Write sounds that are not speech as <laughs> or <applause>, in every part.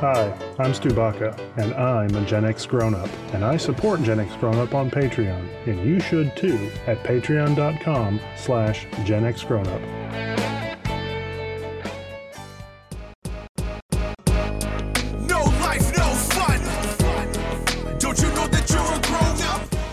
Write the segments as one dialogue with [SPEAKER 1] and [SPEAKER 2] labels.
[SPEAKER 1] Hi, I'm Stu Baca, and I'm a Gen X grown up, and I support Gen X grown up on Patreon, and you should too at patreon.com slash Gen X grown up.
[SPEAKER 2] No life, no fun. Don't you know that you're a grown up?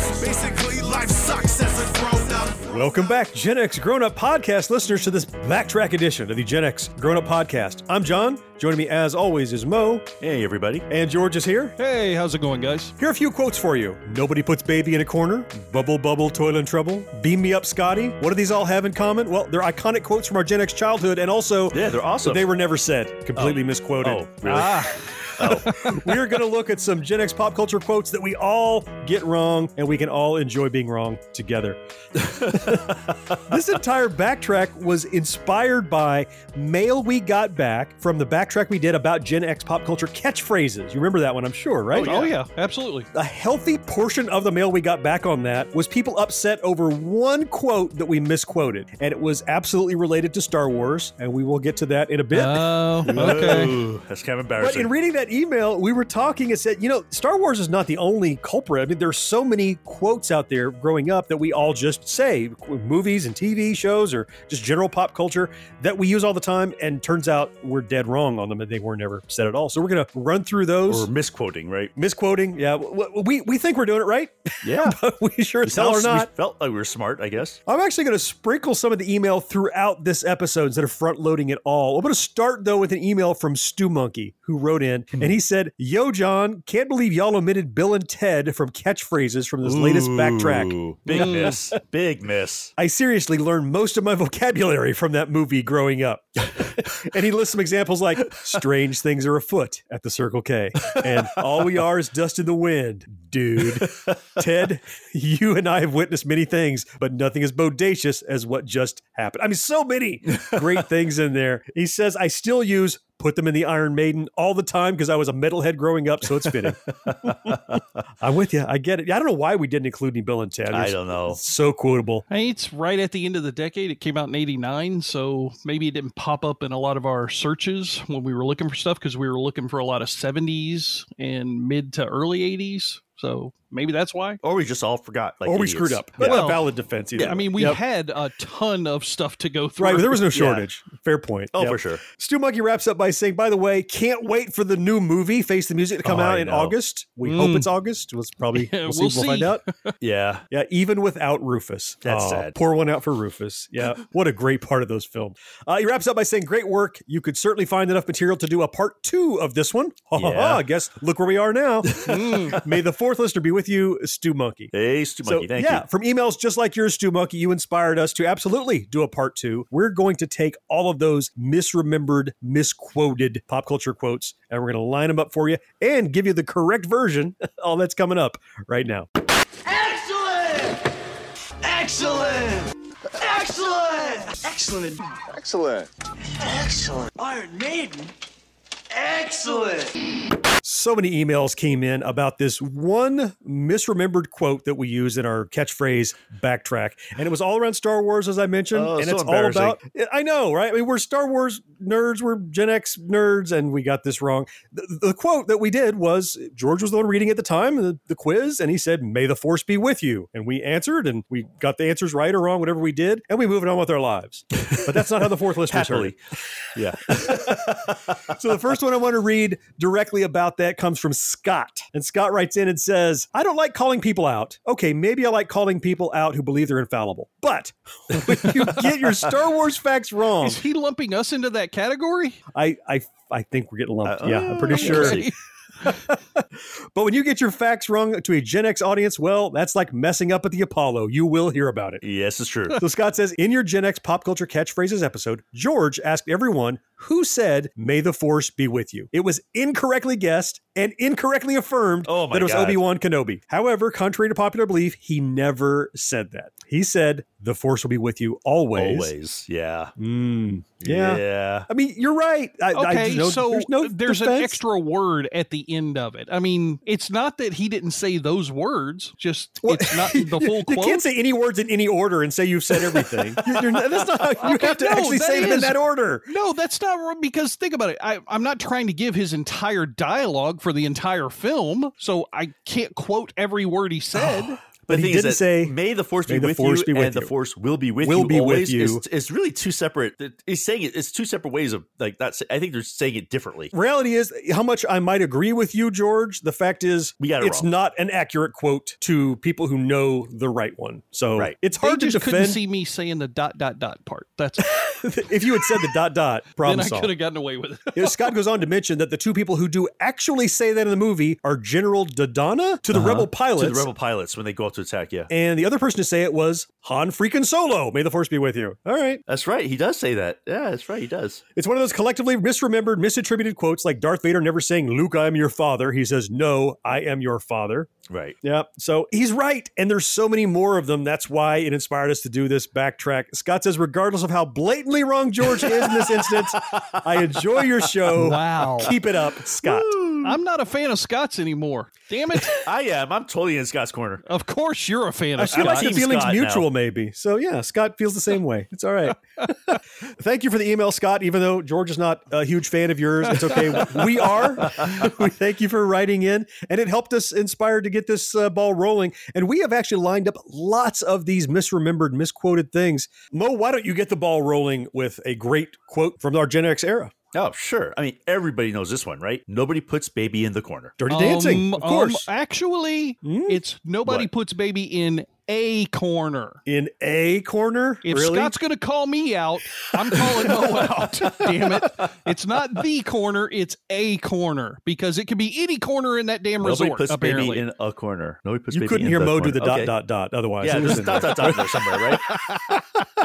[SPEAKER 2] Basically, life sucks as a grown up.
[SPEAKER 3] Welcome back, Gen X Grown Up Podcast listeners, to this backtrack edition of the Gen X Grown Up Podcast. I'm John. Joining me, as always, is Mo.
[SPEAKER 4] Hey, everybody.
[SPEAKER 3] And George is here.
[SPEAKER 5] Hey, how's it going, guys?
[SPEAKER 3] Here are a few quotes for you. Nobody puts baby in a corner. Bubble, bubble, toil and trouble. Beam me up, Scotty. What do these all have in common? Well, they're iconic quotes from our Gen X childhood, and also
[SPEAKER 4] Yeah, they're awesome.
[SPEAKER 3] they were never said. Completely misquoted. Ah.
[SPEAKER 4] Oh, really? <laughs> Oh.
[SPEAKER 3] <laughs> we are going to look at some Gen X pop culture quotes that we all get wrong, and we can all enjoy being wrong together. <laughs> this entire backtrack was inspired by mail we got back from the backtrack we did about Gen X pop culture catchphrases. You remember that one, I'm sure, right?
[SPEAKER 5] Oh yeah, absolutely.
[SPEAKER 3] a healthy portion of the mail we got back on that was people upset over one quote that we misquoted, and it was absolutely related to Star Wars, and we will get to that in a bit.
[SPEAKER 5] Oh, okay.
[SPEAKER 4] Ooh, that's kind of
[SPEAKER 3] but in
[SPEAKER 4] embarrassing.
[SPEAKER 3] reading that email, we were talking and said, you know, Star Wars is not the only culprit. I mean, there's so many quotes out there growing up that we all just say, movies and TV shows or just general pop culture that we use all the time, and turns out we're dead wrong on them and they were never said at all. So we're gonna run through those.
[SPEAKER 4] or misquoting, right?
[SPEAKER 3] Misquoting, yeah. w- w- We we think we're doing it right,
[SPEAKER 4] Yeah.
[SPEAKER 3] but we sure as
[SPEAKER 4] <laughs> We
[SPEAKER 3] hell are
[SPEAKER 4] felt- we
[SPEAKER 3] not.
[SPEAKER 4] felt like we were smart, I guess.
[SPEAKER 3] I'm actually going to sprinkle some of the email throughout this episode instead of front loading it all. I'm going to start though with an email from Stu Monkey who wrote in and he said, "Yo, John, can't believe y'all omitted Bill and Ted from catchphrases from this latest backtrack.
[SPEAKER 4] Ooh, Big miss.
[SPEAKER 3] <laughs>
[SPEAKER 4] Big miss.
[SPEAKER 3] I seriously learned most of my <laughs> vocabulary from that movie growing
[SPEAKER 4] <laughs>
[SPEAKER 3] up." and he lists some examples like "strange things are afoot at the Circle K" and "all we are is dust in the wind, dude." Ted, you and I have witnessed many things, but nothing as bodacious as what just happened. I mean, so many
[SPEAKER 4] <laughs>
[SPEAKER 3] great things in there. He says, I still use put them in the Iron Maiden all the time because I was a metalhead growing up, so it's
[SPEAKER 4] <laughs>
[SPEAKER 3] fitting. I'm with you. I get it. I don't know why we didn't include any Bill and Ted.
[SPEAKER 4] I
[SPEAKER 3] It's
[SPEAKER 4] don't know.
[SPEAKER 3] So quotable.
[SPEAKER 5] Hey, it's right at the end of the decade. It came out in 89, so maybe it didn't pop up in a lot of our searches when we were looking for stuff because we were looking for a lot of 70s and mid to early 80s. So maybe that's why.
[SPEAKER 4] Or we just all forgot. Like
[SPEAKER 3] or we
[SPEAKER 4] idiots.
[SPEAKER 3] screwed up.
[SPEAKER 4] Yeah.
[SPEAKER 3] That's
[SPEAKER 5] Well,
[SPEAKER 3] a valid defense. Either.
[SPEAKER 5] I mean, we
[SPEAKER 3] Yep.
[SPEAKER 5] had a ton of stuff to go through.
[SPEAKER 3] Right, there was no shortage. Fair point.
[SPEAKER 4] Oh,
[SPEAKER 3] Yep.
[SPEAKER 4] for sure.
[SPEAKER 3] Stu Monkey wraps up by saying, by the way, can't wait for the new movie, Face the Music, to come
[SPEAKER 4] Oh,
[SPEAKER 3] out
[SPEAKER 4] I
[SPEAKER 3] in
[SPEAKER 4] know.
[SPEAKER 3] August. We
[SPEAKER 5] Mm.
[SPEAKER 3] hope it's August. Let's
[SPEAKER 5] <laughs>
[SPEAKER 3] probably
[SPEAKER 5] Yeah,
[SPEAKER 3] we'll, see.
[SPEAKER 5] we'll
[SPEAKER 3] we'll find
[SPEAKER 5] see.
[SPEAKER 3] out.
[SPEAKER 4] Yeah.
[SPEAKER 3] Yeah, even without Rufus.
[SPEAKER 4] That's
[SPEAKER 3] Aw,
[SPEAKER 4] sad.
[SPEAKER 3] Pour one out for Rufus. <laughs> Yeah, what a great part of those films. Uh, he wraps up by saying, Great work. You could certainly find enough material to do a part two of this one. Ha ha ha.
[SPEAKER 4] Yeah.
[SPEAKER 3] I guess look where we are now.
[SPEAKER 5] <laughs> Mm.
[SPEAKER 3] May the fourth listener be with you, Stu Monkey.
[SPEAKER 4] Hey, Stu
[SPEAKER 3] so,
[SPEAKER 4] Monkey, thank
[SPEAKER 3] yeah,
[SPEAKER 4] you.
[SPEAKER 3] from emails just like yours, Stu Monkey, you inspired us to absolutely do a part two. We're going to take all of those misremembered, misquoted pop culture quotes, and we're going to line them up for you and give you the correct version. <laughs> all that's coming up right now.
[SPEAKER 2] Excellent! Excellent! Excellent!
[SPEAKER 6] Excellent. Excellent. Excellent. Iron Maiden.
[SPEAKER 2] Excellent!
[SPEAKER 3] So many emails came in about this one misremembered quote that we use in our catchphrase backtrack. And it was all around Star Wars, as I mentioned.
[SPEAKER 4] Oh,
[SPEAKER 3] and
[SPEAKER 4] so
[SPEAKER 3] it's all about,
[SPEAKER 4] embarrassing.
[SPEAKER 3] I know, right? I mean, we're Star Wars nerds, we're Gen X nerds, and we got this wrong. The, the quote that we did was George was the one reading at the time, the, the quiz, and he said, May the Force be with you. And we answered, and we got the answers right or wrong, whatever we did, and we moved on with our lives. But that's not how the fourth list was heard.
[SPEAKER 4] Happily. Yeah.
[SPEAKER 3] <laughs> So the first one I want to read directly about that comes from Scott. And Scott writes in and says, I don't like calling people out. Okay, maybe I like calling people out who believe they're infallible. But <laughs> when you get your Star Wars facts wrong,
[SPEAKER 5] Is he lumping us into that category?
[SPEAKER 3] I I I think we're getting lumped.
[SPEAKER 4] Uh,
[SPEAKER 3] yeah, I'm pretty
[SPEAKER 4] uh,
[SPEAKER 3] sure.
[SPEAKER 5] <laughs>
[SPEAKER 4] okay.
[SPEAKER 3] But when you get your facts wrong to a Gen X audience, well, that's like messing up at the Apollo. You will hear about it. <laughs>
[SPEAKER 4] yes, it's true.
[SPEAKER 3] So Scott says, in your Gen X pop culture catchphrases episode, George asked everyone who said, May the Force be with you. It was incorrectly guessed and incorrectly affirmed
[SPEAKER 4] Oh my
[SPEAKER 3] that it was
[SPEAKER 4] God.
[SPEAKER 3] Obi Wan Kenobi. However, contrary to popular belief, he never said that. He said, The Force will be with you always.
[SPEAKER 4] Always. Yeah.
[SPEAKER 3] Mm, yeah.
[SPEAKER 4] Yeah.
[SPEAKER 3] I mean, you're right. I, I
[SPEAKER 5] Okay,
[SPEAKER 3] just know
[SPEAKER 5] so
[SPEAKER 3] there's no
[SPEAKER 5] there's an
[SPEAKER 3] defense.
[SPEAKER 5] extra word at the end of it. I mean, it's not that he didn't say those words, just
[SPEAKER 3] Well,
[SPEAKER 5] it's not
[SPEAKER 3] <laughs>
[SPEAKER 5] the full
[SPEAKER 3] you,
[SPEAKER 5] quote.
[SPEAKER 3] You can't say any words in any order and say you've said
[SPEAKER 5] <laughs>
[SPEAKER 3] everything. You're- you're not- that's not how you
[SPEAKER 5] Okay,
[SPEAKER 3] have to
[SPEAKER 5] no,
[SPEAKER 3] actually
[SPEAKER 5] that
[SPEAKER 3] say them in
[SPEAKER 5] is-
[SPEAKER 3] that order.
[SPEAKER 5] No, that's not wrong because think about it. I, I'm not trying to give his entire dialogue for the entire film, so I can't quote
[SPEAKER 3] <sighs>
[SPEAKER 5] every word he said.
[SPEAKER 4] But
[SPEAKER 3] he
[SPEAKER 4] the thing is
[SPEAKER 3] didn't
[SPEAKER 4] that
[SPEAKER 3] say,
[SPEAKER 4] "May the force
[SPEAKER 3] "May
[SPEAKER 4] be
[SPEAKER 3] the
[SPEAKER 4] with
[SPEAKER 3] force
[SPEAKER 4] you,"
[SPEAKER 3] be with
[SPEAKER 4] and
[SPEAKER 3] you."
[SPEAKER 4] the force will be with
[SPEAKER 3] Will
[SPEAKER 4] you.
[SPEAKER 3] be with
[SPEAKER 4] always.
[SPEAKER 3] you.
[SPEAKER 4] It's, it's really two separate. it- He's saying it. It's two separate ways of like that. I think they're saying it differently.
[SPEAKER 3] Reality is, how much I might agree with you, George. The fact is,
[SPEAKER 4] We got it
[SPEAKER 3] it's
[SPEAKER 4] wrong.
[SPEAKER 3] not an accurate quote to people who know the right one. So
[SPEAKER 4] Right.
[SPEAKER 3] it's
[SPEAKER 5] They
[SPEAKER 3] hard to
[SPEAKER 5] just couldn't
[SPEAKER 3] defend.
[SPEAKER 5] see me saying the dot dot dot part.
[SPEAKER 3] <laughs>
[SPEAKER 5] That's
[SPEAKER 3] if you had said the dot dot,
[SPEAKER 5] <laughs> then
[SPEAKER 3] problem
[SPEAKER 5] I could
[SPEAKER 3] solved.
[SPEAKER 5] have gotten away
[SPEAKER 3] <laughs>
[SPEAKER 5] with it.
[SPEAKER 3] You know, Scott goes on to mention that the two people who do actually say that in the movie are General Dodonna to the rebel pilots.
[SPEAKER 4] Uh-huh. To the rebel pilots when they go out to attack. Yeah,
[SPEAKER 3] and the other person to say it was Han freaking Solo. May the force be with you. All right.
[SPEAKER 4] that's right. He does say that. Yeah, that's right. He does.
[SPEAKER 3] It's one of those collectively misremembered, misattributed quotes like Darth Vader never saying, Luke, I am your father. He says, No, I am your father.
[SPEAKER 4] Right.
[SPEAKER 3] Yeah. So he's right. And there's so many more of them. That's why it inspired us to do this backtrack. Scott says, regardless of how blatantly wrong George is in this instance, I enjoy your show.
[SPEAKER 5] <laughs> Wow.
[SPEAKER 3] Oh, Keep it up, Scott.
[SPEAKER 5] I'm not a fan of Scott's anymore.
[SPEAKER 3] <laughs>
[SPEAKER 5] Damn it.
[SPEAKER 4] I am. I'm totally in Scott's corner.
[SPEAKER 5] Of course you're a fan
[SPEAKER 3] I
[SPEAKER 5] of
[SPEAKER 3] feel like
[SPEAKER 5] Scott.
[SPEAKER 3] the
[SPEAKER 4] Team
[SPEAKER 3] feeling's
[SPEAKER 4] Scott now.
[SPEAKER 3] mutual, maybe. So yeah, Scott feels the same way. It's all right. <laughs> Thank you for the email, Scott. Even though George is not a huge fan of yours, it's okay.
[SPEAKER 4] <laughs>
[SPEAKER 3] we are. we thank you for writing in, and it helped us inspired to get this uh, ball rolling. And we have actually lined up lots of these misremembered, misquoted things. Mo, why don't you get the ball rolling with a great quote from our Gen X era?
[SPEAKER 4] Oh, sure. I mean, everybody knows this one, right? Nobody puts baby in the corner.
[SPEAKER 3] Dirty Dancing, of
[SPEAKER 5] Um, um,
[SPEAKER 3] course.
[SPEAKER 5] actually,
[SPEAKER 3] Hmm?
[SPEAKER 5] it's nobody
[SPEAKER 4] Mm. What?
[SPEAKER 5] puts baby in a corner.
[SPEAKER 3] in a corner,
[SPEAKER 5] If
[SPEAKER 3] really?
[SPEAKER 5] Scott's going to call me out, I'm calling
[SPEAKER 4] <laughs>
[SPEAKER 5] Mo out. Damn it. It's not the corner, it's a corner because it could be any corner in that damn
[SPEAKER 4] Nobody
[SPEAKER 5] resort,
[SPEAKER 4] puts
[SPEAKER 5] apparently.
[SPEAKER 4] baby in a corner. Nobody puts
[SPEAKER 3] you
[SPEAKER 4] baby
[SPEAKER 3] couldn't
[SPEAKER 4] in
[SPEAKER 3] hear
[SPEAKER 4] the
[SPEAKER 3] Mo do
[SPEAKER 4] corner.
[SPEAKER 3] the dot
[SPEAKER 4] Okay.
[SPEAKER 3] dot dot. Otherwise,
[SPEAKER 4] Yeah,
[SPEAKER 3] it was
[SPEAKER 4] there's a
[SPEAKER 3] in
[SPEAKER 4] dot
[SPEAKER 3] there.
[SPEAKER 4] dot dot in there somewhere,
[SPEAKER 3] <laughs>
[SPEAKER 4] right?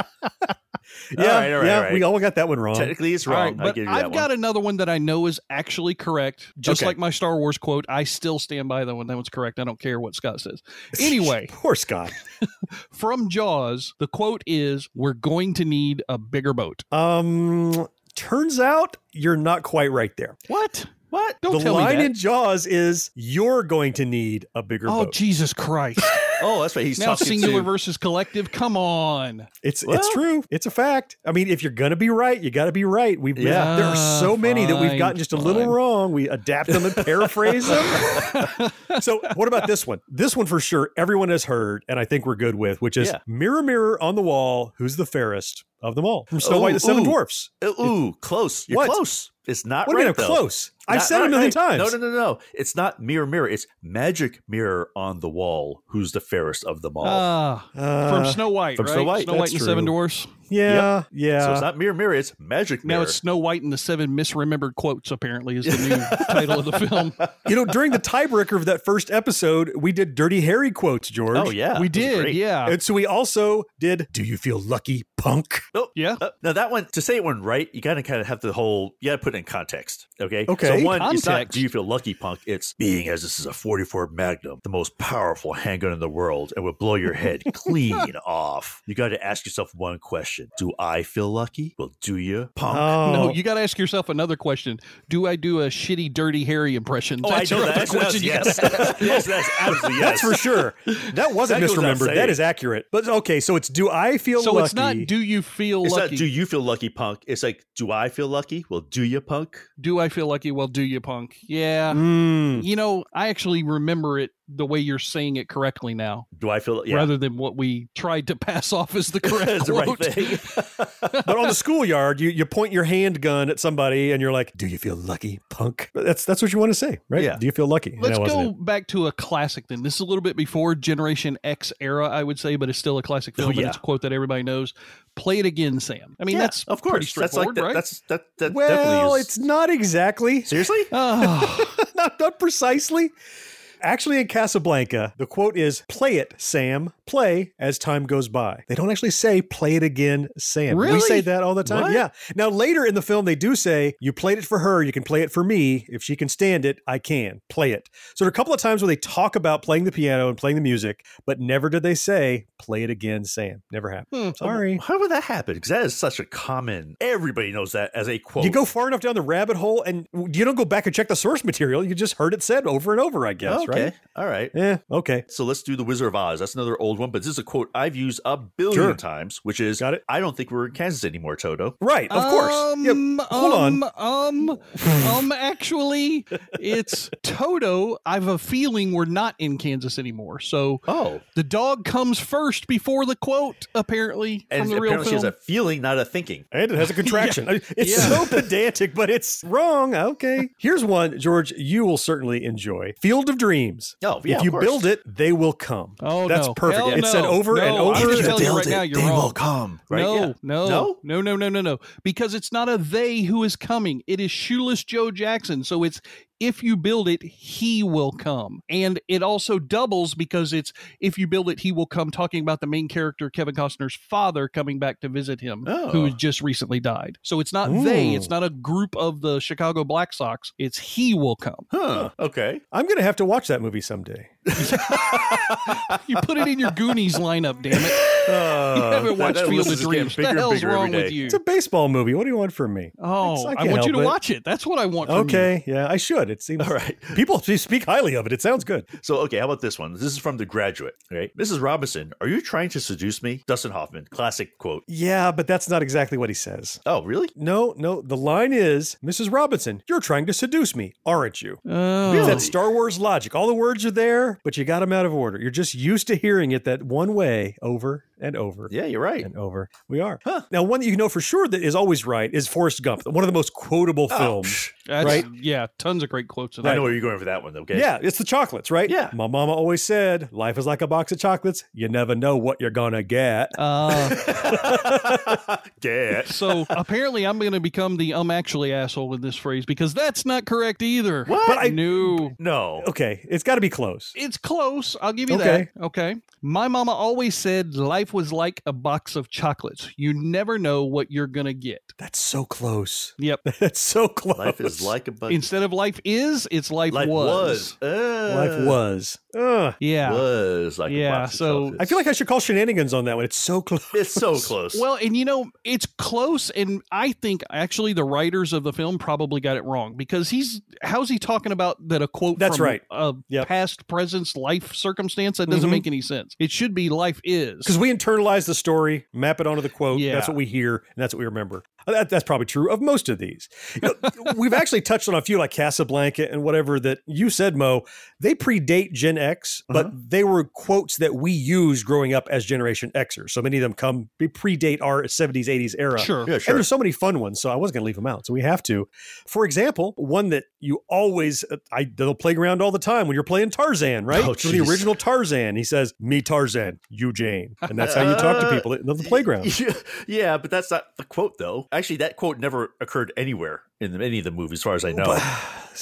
[SPEAKER 3] Yeah,
[SPEAKER 4] All right, all right,
[SPEAKER 3] yeah,
[SPEAKER 4] all right.
[SPEAKER 3] we all got that one wrong. <laughs>
[SPEAKER 4] Technically, it's
[SPEAKER 5] All
[SPEAKER 4] wrong.
[SPEAKER 5] right,
[SPEAKER 4] I
[SPEAKER 5] but
[SPEAKER 4] give you that
[SPEAKER 5] I've got another one that I know is actually correct. Just
[SPEAKER 4] Okay.
[SPEAKER 5] like my Star Wars quote, I still stand by that one. That one's correct. I don't care what Scott
[SPEAKER 4] <laughs>
[SPEAKER 5] says. Anyway,
[SPEAKER 3] Poor Scott.
[SPEAKER 5] from Jaws, the quote is, "We're going to need a bigger boat."
[SPEAKER 3] Um, turns out you're not quite right there.
[SPEAKER 5] What? What? Don't
[SPEAKER 3] the
[SPEAKER 5] tell
[SPEAKER 3] line
[SPEAKER 5] me that.
[SPEAKER 3] in Jaws is you're going to need a bigger
[SPEAKER 5] oh,
[SPEAKER 3] boat.
[SPEAKER 5] Jesus Christ!
[SPEAKER 4] one. Oh, that's right. He's
[SPEAKER 5] now
[SPEAKER 4] talking
[SPEAKER 5] singular
[SPEAKER 4] to-
[SPEAKER 5] versus collective. Come on.
[SPEAKER 3] it's it's
[SPEAKER 4] well-
[SPEAKER 3] true. It's a fact. I mean, if you're gonna be right, you got to be right. We've been-
[SPEAKER 4] Yeah.
[SPEAKER 3] there are so many that we've
[SPEAKER 5] Fine,
[SPEAKER 3] gotten just a little
[SPEAKER 5] fine.
[SPEAKER 3] wrong. We adapt them and paraphrase them.
[SPEAKER 4] <laughs>
[SPEAKER 3] so what about this one? This one for sure everyone has heard, and I think we're good with, which is
[SPEAKER 4] Yeah.
[SPEAKER 3] mirror mirror on the wall, who's the fairest of them all? From Snow White and the
[SPEAKER 4] Ooh,
[SPEAKER 3] Seven
[SPEAKER 4] ooh.
[SPEAKER 3] Dwarfs.
[SPEAKER 4] Uh, Ooh, close. You're
[SPEAKER 3] What?
[SPEAKER 4] close. It's not
[SPEAKER 3] What do
[SPEAKER 4] right.
[SPEAKER 3] you mean I'm
[SPEAKER 4] though.
[SPEAKER 3] close? I've
[SPEAKER 4] Not
[SPEAKER 3] said it a
[SPEAKER 4] right,
[SPEAKER 3] million
[SPEAKER 4] right.
[SPEAKER 3] times.
[SPEAKER 4] No, no, no, no. It's not mirror, mirror. It's magic mirror on the wall. Who's the fairest of them all?
[SPEAKER 5] Ah, from
[SPEAKER 3] Uh,
[SPEAKER 5] Snow White,
[SPEAKER 4] Oh. from
[SPEAKER 5] right?
[SPEAKER 4] Snow White,
[SPEAKER 5] White
[SPEAKER 4] that's
[SPEAKER 5] and the Seven
[SPEAKER 4] true.
[SPEAKER 5] Dwarfs.
[SPEAKER 3] yeah, yeah.
[SPEAKER 4] so it's not mirror, mirror. It's magic mirror.
[SPEAKER 5] Now it's Snow White and the Seven Misremembered Quotes. Apparently, is the new
[SPEAKER 4] <laughs>
[SPEAKER 5] title of the film.
[SPEAKER 3] You know, during the tiebreaker of that first episode, we did Dirty Harry quotes, George.
[SPEAKER 4] Oh yeah,
[SPEAKER 5] we
[SPEAKER 4] those are
[SPEAKER 5] did,
[SPEAKER 4] great.
[SPEAKER 5] yeah.
[SPEAKER 3] And so we also did Do You Feel Lucky, Punk?
[SPEAKER 4] Oh,
[SPEAKER 5] Yeah.
[SPEAKER 4] Uh, now that one to say one right, you gotta kind of have the whole. You gotta put it in context. Okay.
[SPEAKER 3] Okay.
[SPEAKER 4] So one, it's not.
[SPEAKER 5] Context.
[SPEAKER 4] Do you feel lucky, punk? It's being as this is a 44 Magnum, the most powerful handgun in the world, and would blow your head clean off. You got to ask yourself one question: Do I feel lucky? Well, do you, punk?
[SPEAKER 3] Uh, Oh.
[SPEAKER 5] No, you got to ask yourself another question. Do I do a shitty, dirty Harry impression?
[SPEAKER 4] Oh,
[SPEAKER 5] That's
[SPEAKER 4] I know
[SPEAKER 5] another
[SPEAKER 4] that. That's, that's,
[SPEAKER 5] you
[SPEAKER 4] yes. <laughs>
[SPEAKER 5] gotta-
[SPEAKER 4] yes, that's absolutely
[SPEAKER 3] That's
[SPEAKER 4] yes.
[SPEAKER 3] for sure. That wasn't
[SPEAKER 4] That goes without
[SPEAKER 3] misremembered. That
[SPEAKER 4] saying.
[SPEAKER 3] is accurate. But okay, so it's Do I Feel
[SPEAKER 5] So
[SPEAKER 3] Lucky?
[SPEAKER 5] it's not do you feel
[SPEAKER 4] It's
[SPEAKER 5] lucky?
[SPEAKER 4] not. Do you feel lucky, punk? It's like, do I feel lucky? Well, do you, punk?
[SPEAKER 5] do I feel lucky? Well, do you, punk? Yeah.
[SPEAKER 4] <laughs>
[SPEAKER 3] Mm.
[SPEAKER 5] You know, I actually remember it the way you're saying it correctly now,
[SPEAKER 4] Do I feel? Yeah.
[SPEAKER 5] rather than what we tried to pass off as
[SPEAKER 4] <laughs>
[SPEAKER 5] the correct
[SPEAKER 4] That's the right
[SPEAKER 5] quote. <laughs>
[SPEAKER 4] thing.
[SPEAKER 3] But on the schoolyard, you, you point your handgun at somebody and you're like, Do you feel lucky, punk? That's that's what you want to say, right?
[SPEAKER 4] Yeah.
[SPEAKER 3] Do you feel lucky?
[SPEAKER 5] Let's
[SPEAKER 3] That wasn't
[SPEAKER 5] go back to a classic then. This is a little bit before Generation X era, I would say, but it's still a classic film. and
[SPEAKER 4] Oh, yeah.
[SPEAKER 5] it's a quote that everybody knows. Play it again, Sam. I mean,
[SPEAKER 4] Yeah,
[SPEAKER 5] that's
[SPEAKER 4] of
[SPEAKER 5] pretty
[SPEAKER 4] course. That's like
[SPEAKER 5] straightforward,
[SPEAKER 4] that,
[SPEAKER 5] right? <sighs>
[SPEAKER 4] that's that.
[SPEAKER 3] it.
[SPEAKER 4] That definitely
[SPEAKER 3] Well,
[SPEAKER 4] is.
[SPEAKER 3] it's <laughs> not exactly.
[SPEAKER 4] seriously.
[SPEAKER 5] Ah.
[SPEAKER 3] not, not precisely. Actually, in Casablanca, the quote is play it, Sam, play as time goes by. They don't actually say play it again, Sam. We
[SPEAKER 5] Really?
[SPEAKER 3] say that all the time.
[SPEAKER 5] What?
[SPEAKER 3] Yeah. Now, later in the film, they do say, you played it for her, you can play it for me. If she can stand it, I can play it. So there are a couple of times where they talk about playing the piano and playing the music, but never did they say play it again, Sam. Never happened.
[SPEAKER 5] Hmm.
[SPEAKER 3] Sorry.
[SPEAKER 4] How would that happen? Because that is such a common. Everybody knows that as a quote.
[SPEAKER 3] You go far enough down the rabbit hole and you don't go back and check the source material. You just heard it said over and over, I guess,
[SPEAKER 4] okay.
[SPEAKER 3] right?
[SPEAKER 4] All right.
[SPEAKER 3] Yeah, okay.
[SPEAKER 4] So let's do the Wizard of Oz. That's another old one, but this is a quote I've used a billion
[SPEAKER 3] Sure.
[SPEAKER 4] times, which is
[SPEAKER 3] Got it.
[SPEAKER 4] I don't think we're in Kansas anymore, Toto.
[SPEAKER 3] Right, of course. Yeah,
[SPEAKER 5] Um,
[SPEAKER 3] hold on.
[SPEAKER 5] um, Um, um, actually, it's Toto. I have a feeling we're not in Kansas anymore. So
[SPEAKER 4] Oh.
[SPEAKER 5] the dog comes first before the quote, apparently,
[SPEAKER 4] And
[SPEAKER 5] from the
[SPEAKER 4] apparently
[SPEAKER 5] real
[SPEAKER 4] she has
[SPEAKER 5] film.
[SPEAKER 4] a feeling, not a thinking.
[SPEAKER 3] And
[SPEAKER 4] <laughs>
[SPEAKER 3] it has a contraction. I mean, It's
[SPEAKER 5] Yeah.
[SPEAKER 3] so pedantic, but it's wrong. Okay. Here's one, George, you will certainly enjoy Field of Dreams.
[SPEAKER 4] Oh, yeah,
[SPEAKER 3] if
[SPEAKER 4] of
[SPEAKER 3] you
[SPEAKER 4] course.
[SPEAKER 3] build it, they will come.
[SPEAKER 5] Oh,
[SPEAKER 3] That's
[SPEAKER 5] no.
[SPEAKER 3] perfect.
[SPEAKER 5] Hell
[SPEAKER 3] it's said
[SPEAKER 5] no.
[SPEAKER 3] over and
[SPEAKER 5] No, I
[SPEAKER 3] over.
[SPEAKER 5] just
[SPEAKER 3] and-
[SPEAKER 5] felt- telling you right now, you're
[SPEAKER 4] they will
[SPEAKER 5] wrong.
[SPEAKER 4] come. Right?
[SPEAKER 5] no,
[SPEAKER 4] Yeah.
[SPEAKER 5] no,
[SPEAKER 4] No?
[SPEAKER 5] no, no, no, no, no. Because it's not a they who is coming. It is shoeless Joe Jackson. So it's if you build it, he will come. And it also doubles because it's if you build it, he will come. Talking about the main character Kevin Costner's father coming back to visit him, who
[SPEAKER 4] Oh.
[SPEAKER 5] has just recently died. So it's not they. It's
[SPEAKER 3] Ooh.
[SPEAKER 5] not a group of the Chicago Black Sox. It's he will come.
[SPEAKER 4] Huh. Okay.
[SPEAKER 3] I'm going to have to watch that movie
[SPEAKER 5] <laughs>
[SPEAKER 3] someday.
[SPEAKER 5] You put it in your Goonies lineup, damn it.
[SPEAKER 3] <laughs>
[SPEAKER 5] You <laughs> haven't watched Field of Dreams. What the hell's wrong with you?
[SPEAKER 3] Uh, It's a baseball movie. What do you want from me?
[SPEAKER 5] Oh,
[SPEAKER 3] I
[SPEAKER 5] I,
[SPEAKER 3] can't
[SPEAKER 5] want you to
[SPEAKER 3] help it.
[SPEAKER 5] watch it. That's what I want. From you.
[SPEAKER 3] Okay. Yeah, I should. It seems.
[SPEAKER 4] All right.
[SPEAKER 3] People <laughs> speak highly of it. It sounds
[SPEAKER 5] <laughs>
[SPEAKER 3] good.
[SPEAKER 4] So, okay, how about this one? This is from The Graduate, right? Mrs. Robinson, are you trying to seduce me? Dustin Hoffman, classic quote.
[SPEAKER 3] Yeah, but that's not exactly what he says.
[SPEAKER 4] Oh, really?
[SPEAKER 3] No, no. The line is Mrs. Robinson, you're trying to seduce me, aren't you?
[SPEAKER 5] Oh.
[SPEAKER 3] It's that Star Wars logic. All the words are there, but you got them out of order. You're just used to hearing it that one way over and over.
[SPEAKER 4] Yeah, you're right.
[SPEAKER 3] And over we are. Now, one that you know for sure that is always right is Forrest Gump, one of the most quotable
[SPEAKER 4] Oh,
[SPEAKER 3] films.
[SPEAKER 5] That's,
[SPEAKER 3] Right?
[SPEAKER 5] Yeah, tons of great quotes in
[SPEAKER 4] I
[SPEAKER 5] that.
[SPEAKER 4] know where you're going for that one, okay?
[SPEAKER 3] Yeah, it's the chocolates, right?
[SPEAKER 4] Yeah.
[SPEAKER 3] My mama always said, "Life is like a box of chocolates. You never know what you're gonna get."
[SPEAKER 5] Uh,
[SPEAKER 4] Yeah.
[SPEAKER 3] <laughs>
[SPEAKER 5] <laughs> so apparently, I'm going to become the um actually asshole in this phrase because that's not correct either. What?
[SPEAKER 3] But I-
[SPEAKER 5] no.
[SPEAKER 4] No.
[SPEAKER 3] Okay, it's got to be close.
[SPEAKER 5] It's close. I'll give you
[SPEAKER 3] Okay.
[SPEAKER 5] that. Okay. My mama always said life was like a box of chocolates. You never know what you're going to get.
[SPEAKER 3] That's so close. <laughs>
[SPEAKER 5] Yep.
[SPEAKER 3] That's so close.
[SPEAKER 4] Life is like a bug.
[SPEAKER 5] Instead of life is, it's life,
[SPEAKER 4] Life was.
[SPEAKER 5] was.
[SPEAKER 4] Uh,
[SPEAKER 3] life was. Ugh.
[SPEAKER 5] Yeah.
[SPEAKER 4] was like a
[SPEAKER 5] Yeah,
[SPEAKER 4] box of
[SPEAKER 5] so-
[SPEAKER 4] chocolates.
[SPEAKER 3] I feel like I should call shenanigans on that one. It's so close.
[SPEAKER 4] <laughs>
[SPEAKER 3] <laughs>
[SPEAKER 4] it's so close.
[SPEAKER 5] Well, and you know, it's close, and I think actually the writers of the film probably got it wrong because he's how's he talking about that a quote
[SPEAKER 3] That's
[SPEAKER 5] from
[SPEAKER 3] right.
[SPEAKER 5] a
[SPEAKER 3] Yep.
[SPEAKER 5] past, presence, life circumstance that doesn't
[SPEAKER 3] Mhm.
[SPEAKER 5] make any sense. It should be life is.
[SPEAKER 3] Because we internalize the story, map it onto the quote.
[SPEAKER 5] Yeah.
[SPEAKER 3] That's what we hear, and that's what we remember. Uh, That, that's probably true of most of these. You know, we've actually touched on a few like Casablanca and whatever that you said, Mo. They predate Gen X, but they were quotes that we used growing up as Generation Xers. So many of them come they predate our 70s, 80s era.
[SPEAKER 5] Sure.
[SPEAKER 4] yeah,
[SPEAKER 3] And
[SPEAKER 4] sure. <laughs>
[SPEAKER 3] there's so many fun ones, so I wasn't going to leave them out. So we have to. For example, one that you always, uh, I they'll playground all the time when you're playing Tarzan, right?
[SPEAKER 4] Oh,
[SPEAKER 3] So the
[SPEAKER 4] jeez.
[SPEAKER 3] original Tarzan, he says, "Me Tarzan, you Jane," and that's how you talk to
[SPEAKER 4] Uh,
[SPEAKER 3] people at
[SPEAKER 4] <laughs>
[SPEAKER 3] the playground.
[SPEAKER 4] Yeah, yeah, but that's not the quote though. Actually, that quote never occurred anywhere in the- any of the movies, as far as I know.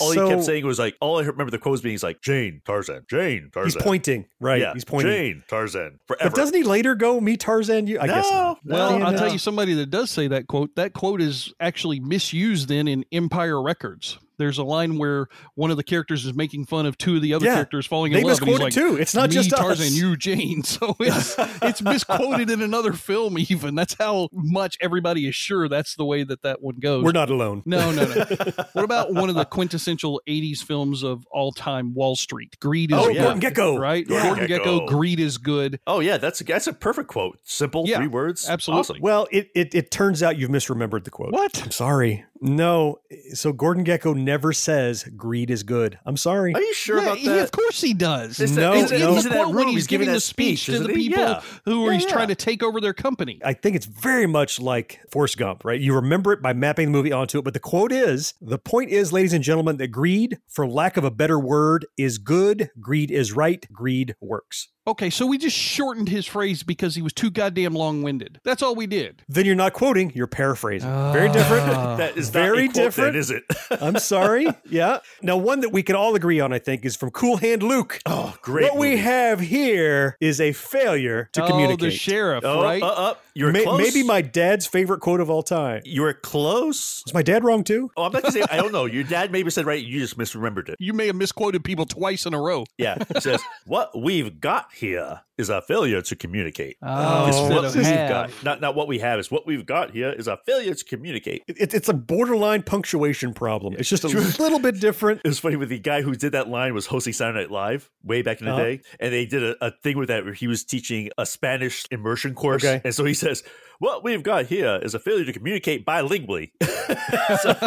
[SPEAKER 4] all
[SPEAKER 3] So-
[SPEAKER 4] he kept saying was like, all I remember the quote was being he's like Jane Tarzan, Jane Tarzan.
[SPEAKER 3] he's pointing, right?
[SPEAKER 4] Yeah,
[SPEAKER 3] he's pointing.
[SPEAKER 4] Jane Tarzan forever.
[SPEAKER 3] But doesn't he later go, "Me Tarzan, you"? I guess not.
[SPEAKER 5] Well,
[SPEAKER 3] Yeah,
[SPEAKER 5] I'll
[SPEAKER 3] no.
[SPEAKER 5] tell you somebody that does say that quote. That quote is actually misused then in Empire Records. There's a line where one of the characters is making fun of two of the other
[SPEAKER 3] Yeah.
[SPEAKER 5] characters falling
[SPEAKER 3] They
[SPEAKER 5] in love. and he's
[SPEAKER 3] misquoted too. It's not
[SPEAKER 5] "Me,
[SPEAKER 3] just us."
[SPEAKER 5] Tarzan, you Jane. <laughs> So it's it's misquoted in another film. Even that's how much everybody is sure that's the way that that one goes.
[SPEAKER 3] We're not alone.
[SPEAKER 5] No, no,
[SPEAKER 3] <laughs>
[SPEAKER 5] no. what about one of the quintessential '80s films of all time, Wall Street? Greed is
[SPEAKER 3] Oh,
[SPEAKER 5] good,
[SPEAKER 3] Gordon Gekko.
[SPEAKER 5] right?
[SPEAKER 4] Yeah.
[SPEAKER 5] Gordon Gecko,
[SPEAKER 4] Gekko.
[SPEAKER 5] greed is good.
[SPEAKER 4] Oh yeah, that's a, that's a perfect quote. Simple,
[SPEAKER 5] Yeah,
[SPEAKER 4] three words.
[SPEAKER 5] absolutely.
[SPEAKER 4] Awesome.
[SPEAKER 3] Well, it, it it turns out you've misremembered the quote.
[SPEAKER 5] What?
[SPEAKER 3] I'm sorry. No. So Gordon Gecko never says greed is good. I'm sorry.
[SPEAKER 4] Are you sure
[SPEAKER 5] Yeah,
[SPEAKER 4] about
[SPEAKER 5] he-
[SPEAKER 4] that?
[SPEAKER 5] of course he does.
[SPEAKER 4] It's that-
[SPEAKER 3] No,
[SPEAKER 5] It's
[SPEAKER 3] no.
[SPEAKER 5] in
[SPEAKER 3] He's
[SPEAKER 5] the
[SPEAKER 4] in that
[SPEAKER 5] quote when
[SPEAKER 4] room,
[SPEAKER 5] he's,
[SPEAKER 4] he's giving
[SPEAKER 5] giving
[SPEAKER 4] that
[SPEAKER 5] the speech,
[SPEAKER 4] speech,
[SPEAKER 5] to the
[SPEAKER 4] isn't he?
[SPEAKER 5] people
[SPEAKER 4] Yeah.
[SPEAKER 5] who
[SPEAKER 4] Yeah,
[SPEAKER 5] he's
[SPEAKER 4] yeah.
[SPEAKER 5] trying to take over their company.
[SPEAKER 3] I think it's very much like Forrest Gump, right? You remember it by mapping the movie onto it. But the quote is the point is, ladies and gentlemen, that greed, for lack of a better word, is good. Greed is right. Greed works.
[SPEAKER 5] Okay, so we just shortened his phrase because he was too goddamn long winded. That's all we did.
[SPEAKER 3] Then you're not quoting, you're paraphrasing. Very different.
[SPEAKER 4] <laughs> that is
[SPEAKER 3] very
[SPEAKER 4] Ah, very different,
[SPEAKER 3] different.
[SPEAKER 4] is
[SPEAKER 3] <laughs>
[SPEAKER 4] it?
[SPEAKER 3] I'm
[SPEAKER 4] <laughs>
[SPEAKER 3] sorry. Yeah. Now, one that we can all agree on, I think, is from Cool Hand Luke.
[SPEAKER 4] oh, great.
[SPEAKER 3] what we
[SPEAKER 4] movie.
[SPEAKER 3] have here is a failure to
[SPEAKER 5] oh,
[SPEAKER 3] communicate.
[SPEAKER 5] the sheriff,
[SPEAKER 4] Oh,
[SPEAKER 5] right?
[SPEAKER 4] uh, uh, you're
[SPEAKER 3] May-
[SPEAKER 4] close.
[SPEAKER 3] Maybe my dad's favorite quote of all time.
[SPEAKER 4] You're close.
[SPEAKER 3] Is my dad wrong too?
[SPEAKER 4] Oh, I'm not gonna say. I don't know. Your dad maybe said right. You just misremembered it.
[SPEAKER 5] you may have misquoted people twice in a row.
[SPEAKER 4] Yeah. It says <laughs> what we've got here is a failure to communicate.
[SPEAKER 5] Oh,
[SPEAKER 4] It's
[SPEAKER 5] instead
[SPEAKER 4] what
[SPEAKER 5] of
[SPEAKER 4] we've
[SPEAKER 5] have.
[SPEAKER 4] <laughs> got. Not not what we have. It's what we've got here is a failure to communicate.
[SPEAKER 3] It, it- it's a borderline punctuation problem. It's just a little bit different.
[SPEAKER 4] It was funny with the guy who did that line was hosting Saturday Night Live way back in the
[SPEAKER 3] Uh-huh.
[SPEAKER 4] day, and they did a, a thing with that where he was teaching a Spanish immersion course,
[SPEAKER 3] Okay.
[SPEAKER 4] and so he says, "What we've got here is a failure to communicate bilingually."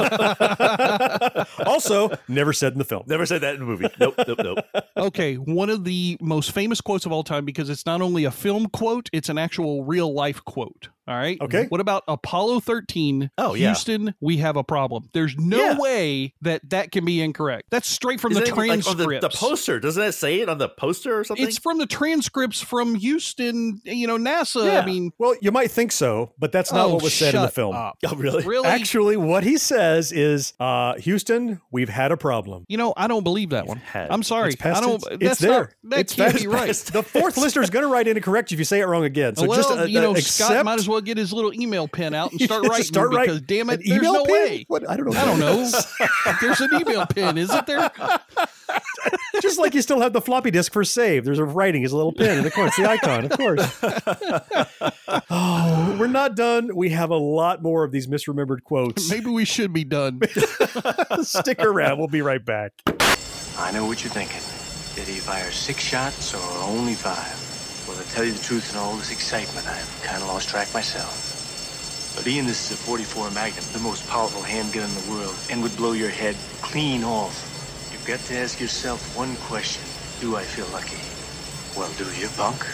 [SPEAKER 4] So-
[SPEAKER 3] Also, never said in the film.
[SPEAKER 4] never said that in the movie. Nope, nope,
[SPEAKER 5] <laughs>
[SPEAKER 4] nope.
[SPEAKER 5] Okay, one of the most famous quotes of all time because it's not only a film quote, it's an actual real life quote. All right.
[SPEAKER 3] Okay.
[SPEAKER 5] What about Apollo 13?
[SPEAKER 4] Oh, yeah.
[SPEAKER 5] Houston, we have a problem. There's no
[SPEAKER 4] Yeah.
[SPEAKER 5] way that that can be incorrect. That's straight from the
[SPEAKER 4] Isn't it,
[SPEAKER 5] transcripts.
[SPEAKER 4] like, on the, the poster, doesn't that say it on the poster or something?
[SPEAKER 5] It's from the transcripts from Houston, you know, NASA.
[SPEAKER 4] Yeah.
[SPEAKER 5] I mean,
[SPEAKER 3] Well, you might think so, but that's not
[SPEAKER 5] oh,
[SPEAKER 3] what was said in the
[SPEAKER 5] shut
[SPEAKER 3] film.
[SPEAKER 5] up.
[SPEAKER 4] oh, really?
[SPEAKER 5] Really?
[SPEAKER 3] Actually, what he says is, uh, Houston, we've had a problem.
[SPEAKER 5] you know, I don't believe that one.
[SPEAKER 4] had-
[SPEAKER 5] I'm sorry.
[SPEAKER 3] It's past
[SPEAKER 5] I don't.
[SPEAKER 3] tense.
[SPEAKER 5] That's
[SPEAKER 3] it's there.
[SPEAKER 5] Not, that
[SPEAKER 3] it's
[SPEAKER 5] can't
[SPEAKER 3] past-
[SPEAKER 5] be right.
[SPEAKER 3] The
[SPEAKER 5] <laughs>
[SPEAKER 3] fourth listener is going to write in and correct you if you say it wrong again. So
[SPEAKER 5] well,
[SPEAKER 3] just uh,
[SPEAKER 5] you know,
[SPEAKER 3] uh,
[SPEAKER 5] Scott
[SPEAKER 3] accept-
[SPEAKER 5] might as well get his little email pen
[SPEAKER 3] <laughs>
[SPEAKER 5] out and
[SPEAKER 3] Yeah,
[SPEAKER 5] start
[SPEAKER 3] just
[SPEAKER 5] writing
[SPEAKER 3] start writing.
[SPEAKER 5] because damn it,
[SPEAKER 3] An
[SPEAKER 5] there's
[SPEAKER 3] email
[SPEAKER 5] no
[SPEAKER 3] pen?
[SPEAKER 5] way.
[SPEAKER 3] What? I don't know.
[SPEAKER 5] I
[SPEAKER 3] <laughs>
[SPEAKER 5] don't know. there's an email pen, isn't there?
[SPEAKER 3] Just like you still have the floppy disk for save. There's a writing, is a little pin in the corner. It's the icon, of course. <laughs> oh, we're not done. We have a lot more of these misremembered quotes. <laughs>
[SPEAKER 5] Maybe we should be done.
[SPEAKER 3] Stick around. We'll be right back.
[SPEAKER 7] I know what you're thinking. Did he fire six shots or only five? Well, to tell you the truth, in all this excitement, I've kind of lost track myself. But Ian, this is a 44 Magnum, the most powerful handgun in the world, and would blow your head clean off. You've got to ask yourself one question. Do I feel lucky? Well, do you, punk?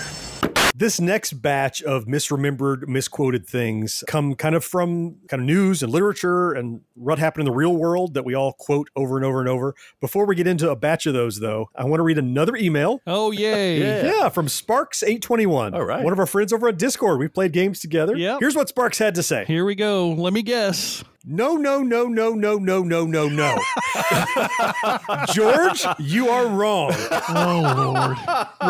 [SPEAKER 3] This next batch of misremembered, misquoted things come kind of from kind of news and literature and what happened in the real world that we all quote over and over and over. Before we get into a batch of those, though, I want to read another email
[SPEAKER 5] Oh yay!
[SPEAKER 4] Yeah.
[SPEAKER 3] Yeah, from Sparks821.
[SPEAKER 4] All right.
[SPEAKER 3] One of our friends over on Discord. We've played games together.
[SPEAKER 5] Yep.
[SPEAKER 3] Here's what Sparks had to say
[SPEAKER 5] Here we go. Let
[SPEAKER 3] <laughs>
[SPEAKER 5] me guess.
[SPEAKER 3] No, no, no, no, no, no, no, no,
[SPEAKER 4] <laughs>
[SPEAKER 3] no. George, you are wrong.
[SPEAKER 5] Oh lord!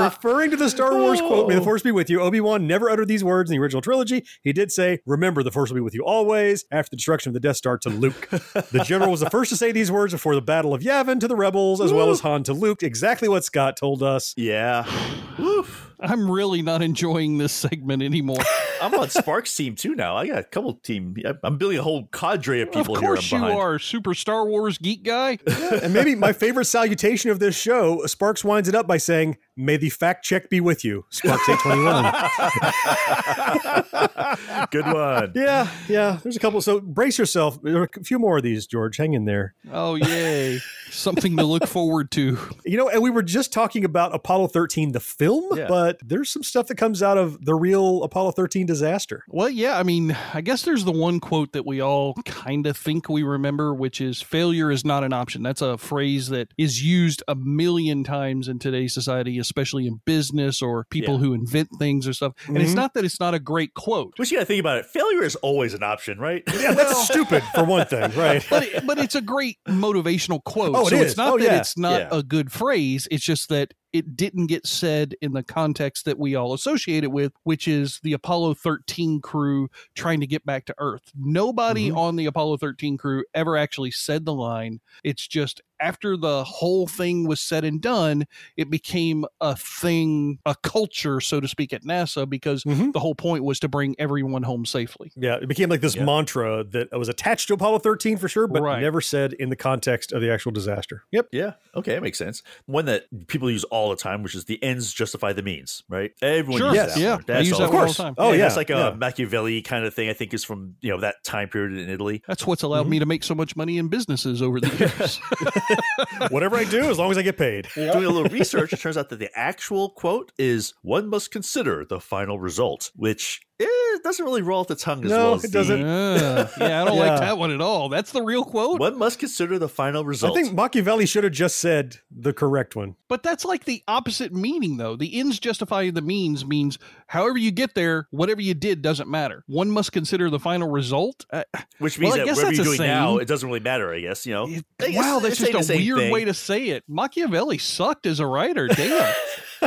[SPEAKER 3] Referring to the Star Wars quote,
[SPEAKER 4] Oh.
[SPEAKER 3] May the Force be with you, Obi Wan never uttered these words in the original trilogy. He did say, Remember, the Force will be with you always, after the destruction of the Death Star to Luke. the general was the first to say these words before the Battle of Yavin to the rebels, as well as Han to Luke. Exactly what Scott told us.
[SPEAKER 4] Yeah.
[SPEAKER 5] <sighs> I'm really not enjoying this segment anymore.
[SPEAKER 3] <laughs>
[SPEAKER 4] I'm on Sparks team too now. I got a couple team. I'm building a whole cadre of people
[SPEAKER 5] of
[SPEAKER 4] here. I'm
[SPEAKER 5] course you
[SPEAKER 4] behind.
[SPEAKER 5] are, super Star Wars geek
[SPEAKER 3] <laughs>
[SPEAKER 5] guy.
[SPEAKER 3] and maybe my favorite salutation of this show, Sparks winds it up by saying, May the fact check be with you, Sparks 821.
[SPEAKER 4] Good
[SPEAKER 5] <laughs>
[SPEAKER 4] one.
[SPEAKER 3] <laughs> yeah, yeah. There's a couple. So brace yourself. There are a few more of these, George. Hang in there.
[SPEAKER 5] Oh yay! Something to look forward to.
[SPEAKER 3] You know, and we were just talking about Apollo 13, the film,
[SPEAKER 4] Yeah.
[SPEAKER 3] but there's some stuff that comes out of the real Apollo 13 disaster.
[SPEAKER 5] Well, yeah, I mean, I guess there's the one quote that we all kind of think we remember, which is failure is not an option. That's a phrase that is used a million times in today's society, especially in business or people
[SPEAKER 4] Yeah.
[SPEAKER 5] who invent things or stuff. And it's
[SPEAKER 3] Mhm.
[SPEAKER 5] not that it's not a great quote.
[SPEAKER 4] But you got to think about it. Failure is always an option, right? <laughs>
[SPEAKER 3] Yeah, that's <laughs>
[SPEAKER 5] <laughs>
[SPEAKER 3] stupid for one thing, right?
[SPEAKER 5] But, it, but it's a great motivational quote.
[SPEAKER 3] Oh, it
[SPEAKER 5] so
[SPEAKER 3] is.
[SPEAKER 5] it's not
[SPEAKER 3] Oh,
[SPEAKER 5] that
[SPEAKER 3] yeah.
[SPEAKER 5] it's not
[SPEAKER 4] Yeah.
[SPEAKER 5] a good phrase. It's just that it didn't get said in the context that we all associate it with, which is the Apollo 13 crew trying to get back to Earth. Nobody
[SPEAKER 3] Mm-hmm.
[SPEAKER 5] on the Apollo 13 crew ever actually said the line. It's just after the whole thing was said and done, it became a thing, a culture, so to speak, at NASA because
[SPEAKER 3] Mhm.
[SPEAKER 5] the whole point was to bring everyone home safely.
[SPEAKER 3] Yeah, it became like this
[SPEAKER 4] Yeah.
[SPEAKER 3] mantra that was attached to Apollo 13 for sure, but
[SPEAKER 5] Right.
[SPEAKER 3] never said in the context of the actual disaster. Yep.
[SPEAKER 4] Yeah. Okay, that makes sense. One that people use all the time, which is the ends justify the means, right? Everyone
[SPEAKER 5] Sure. Yes.
[SPEAKER 4] uses that.
[SPEAKER 5] Yeah.
[SPEAKER 4] One.
[SPEAKER 5] I
[SPEAKER 4] That's
[SPEAKER 5] use
[SPEAKER 4] all.
[SPEAKER 5] that
[SPEAKER 4] Of
[SPEAKER 5] one all
[SPEAKER 4] course.
[SPEAKER 5] the time.
[SPEAKER 3] Oh, yeah.
[SPEAKER 4] It's like a
[SPEAKER 3] yeah.
[SPEAKER 4] Machiavelli kind of thing. I think is from you know that time period in Italy.
[SPEAKER 5] That's what's allowed me to make so much money in businesses over the years.
[SPEAKER 3] Whatever I do, as long as I get paid.
[SPEAKER 4] Doing a little research, it turns out that the actual quote is "One must consider the final result," which eh, it doesn't really roll off the tongue as
[SPEAKER 3] No,
[SPEAKER 4] well as
[SPEAKER 3] it doesn't.
[SPEAKER 4] the-
[SPEAKER 5] Yeah, yeah, I don't
[SPEAKER 3] Yeah.
[SPEAKER 5] like that one at all. That's the real quote.
[SPEAKER 4] One must consider the final
[SPEAKER 3] I
[SPEAKER 4] result.
[SPEAKER 3] think Machiavelli should have just said the correct one.
[SPEAKER 5] But that's like the opposite meaning, though. The ends justify the means means however you get there, whatever you did doesn't matter. One must consider the final result. Uh,
[SPEAKER 4] Which means
[SPEAKER 5] Well, I
[SPEAKER 4] that
[SPEAKER 5] guess
[SPEAKER 4] whatever
[SPEAKER 5] that's
[SPEAKER 4] you're
[SPEAKER 5] a
[SPEAKER 4] doing now,
[SPEAKER 5] saying.
[SPEAKER 4] it doesn't really matter, I guess, you know?
[SPEAKER 5] it-
[SPEAKER 4] I guess
[SPEAKER 5] wow,
[SPEAKER 4] it's
[SPEAKER 5] that's
[SPEAKER 4] saying
[SPEAKER 5] just
[SPEAKER 4] the
[SPEAKER 5] a
[SPEAKER 4] same
[SPEAKER 5] weird
[SPEAKER 4] thing.
[SPEAKER 5] way to say it. Machiavelli sucked as a writer. Damn.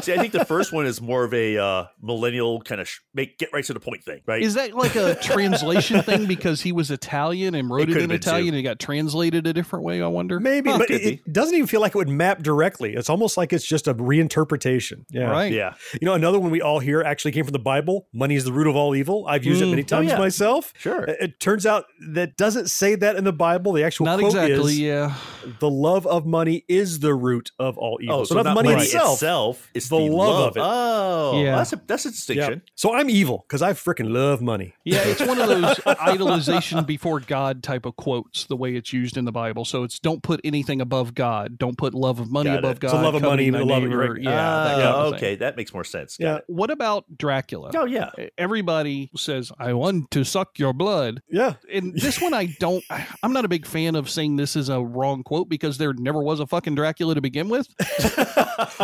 [SPEAKER 4] See, I
[SPEAKER 5] <laughs>
[SPEAKER 4] think the first one is more of a uh, millennial kind of sh- make get right to the point thing, right?
[SPEAKER 5] Is that like a translation thing because he was Italian and wrote it,
[SPEAKER 4] could have
[SPEAKER 5] in
[SPEAKER 4] been, too.
[SPEAKER 5] Italian and it got translated a different way? I wonder.
[SPEAKER 3] Maybe,
[SPEAKER 5] Huh.
[SPEAKER 3] but
[SPEAKER 4] could
[SPEAKER 3] it, it doesn't even feel like it would map directly. It's almost like it's just a reinterpretation. Yeah.
[SPEAKER 5] right.
[SPEAKER 4] yeah.
[SPEAKER 3] You know, another one we all hear actually came from the Bible. Money is the root of all evil. I've used it
[SPEAKER 5] Mm.
[SPEAKER 3] many times
[SPEAKER 4] yeah.
[SPEAKER 3] myself.
[SPEAKER 4] Sure.
[SPEAKER 3] It- It turns out that doesn't say that in the Bible. The actual
[SPEAKER 5] Not
[SPEAKER 3] quote
[SPEAKER 5] exactly.
[SPEAKER 3] is
[SPEAKER 5] yeah.
[SPEAKER 3] the love of money is the root of all evil.
[SPEAKER 4] Oh,
[SPEAKER 3] so,
[SPEAKER 4] so,
[SPEAKER 3] not,
[SPEAKER 4] not
[SPEAKER 3] money,
[SPEAKER 4] money
[SPEAKER 3] itself.
[SPEAKER 4] it's
[SPEAKER 3] the
[SPEAKER 4] the,
[SPEAKER 3] love of it.
[SPEAKER 4] Oh,
[SPEAKER 5] Yeah.
[SPEAKER 4] that's a that's a
[SPEAKER 3] Yeah.
[SPEAKER 4] distinction.
[SPEAKER 3] So I'm evil because I freaking love money.
[SPEAKER 5] Yeah, it's one of those uh,
[SPEAKER 3] <laughs>
[SPEAKER 5] idolization before God type of quotes, the way it's used in the Bible. So it's don't put anything above God. Don't put love of money
[SPEAKER 4] Got it.
[SPEAKER 5] above God.
[SPEAKER 3] So love of
[SPEAKER 5] coveting
[SPEAKER 3] money,
[SPEAKER 5] thy
[SPEAKER 3] love of- right.
[SPEAKER 5] Yeah. that
[SPEAKER 4] Ah,
[SPEAKER 5] kind of thing.
[SPEAKER 4] okay, that makes more sense.
[SPEAKER 3] Yeah.
[SPEAKER 4] Got
[SPEAKER 5] What about Dracula? E,
[SPEAKER 4] it. Oh yeah.
[SPEAKER 5] Everybody says, I want to suck your blood.
[SPEAKER 3] Yeah.
[SPEAKER 5] And this one, I don't, I'm not a big fan of saying this is a wrong quote because there never was a fucking Dracula to
[SPEAKER 3] <laughs>
[SPEAKER 5] begin with.
[SPEAKER 3] Well,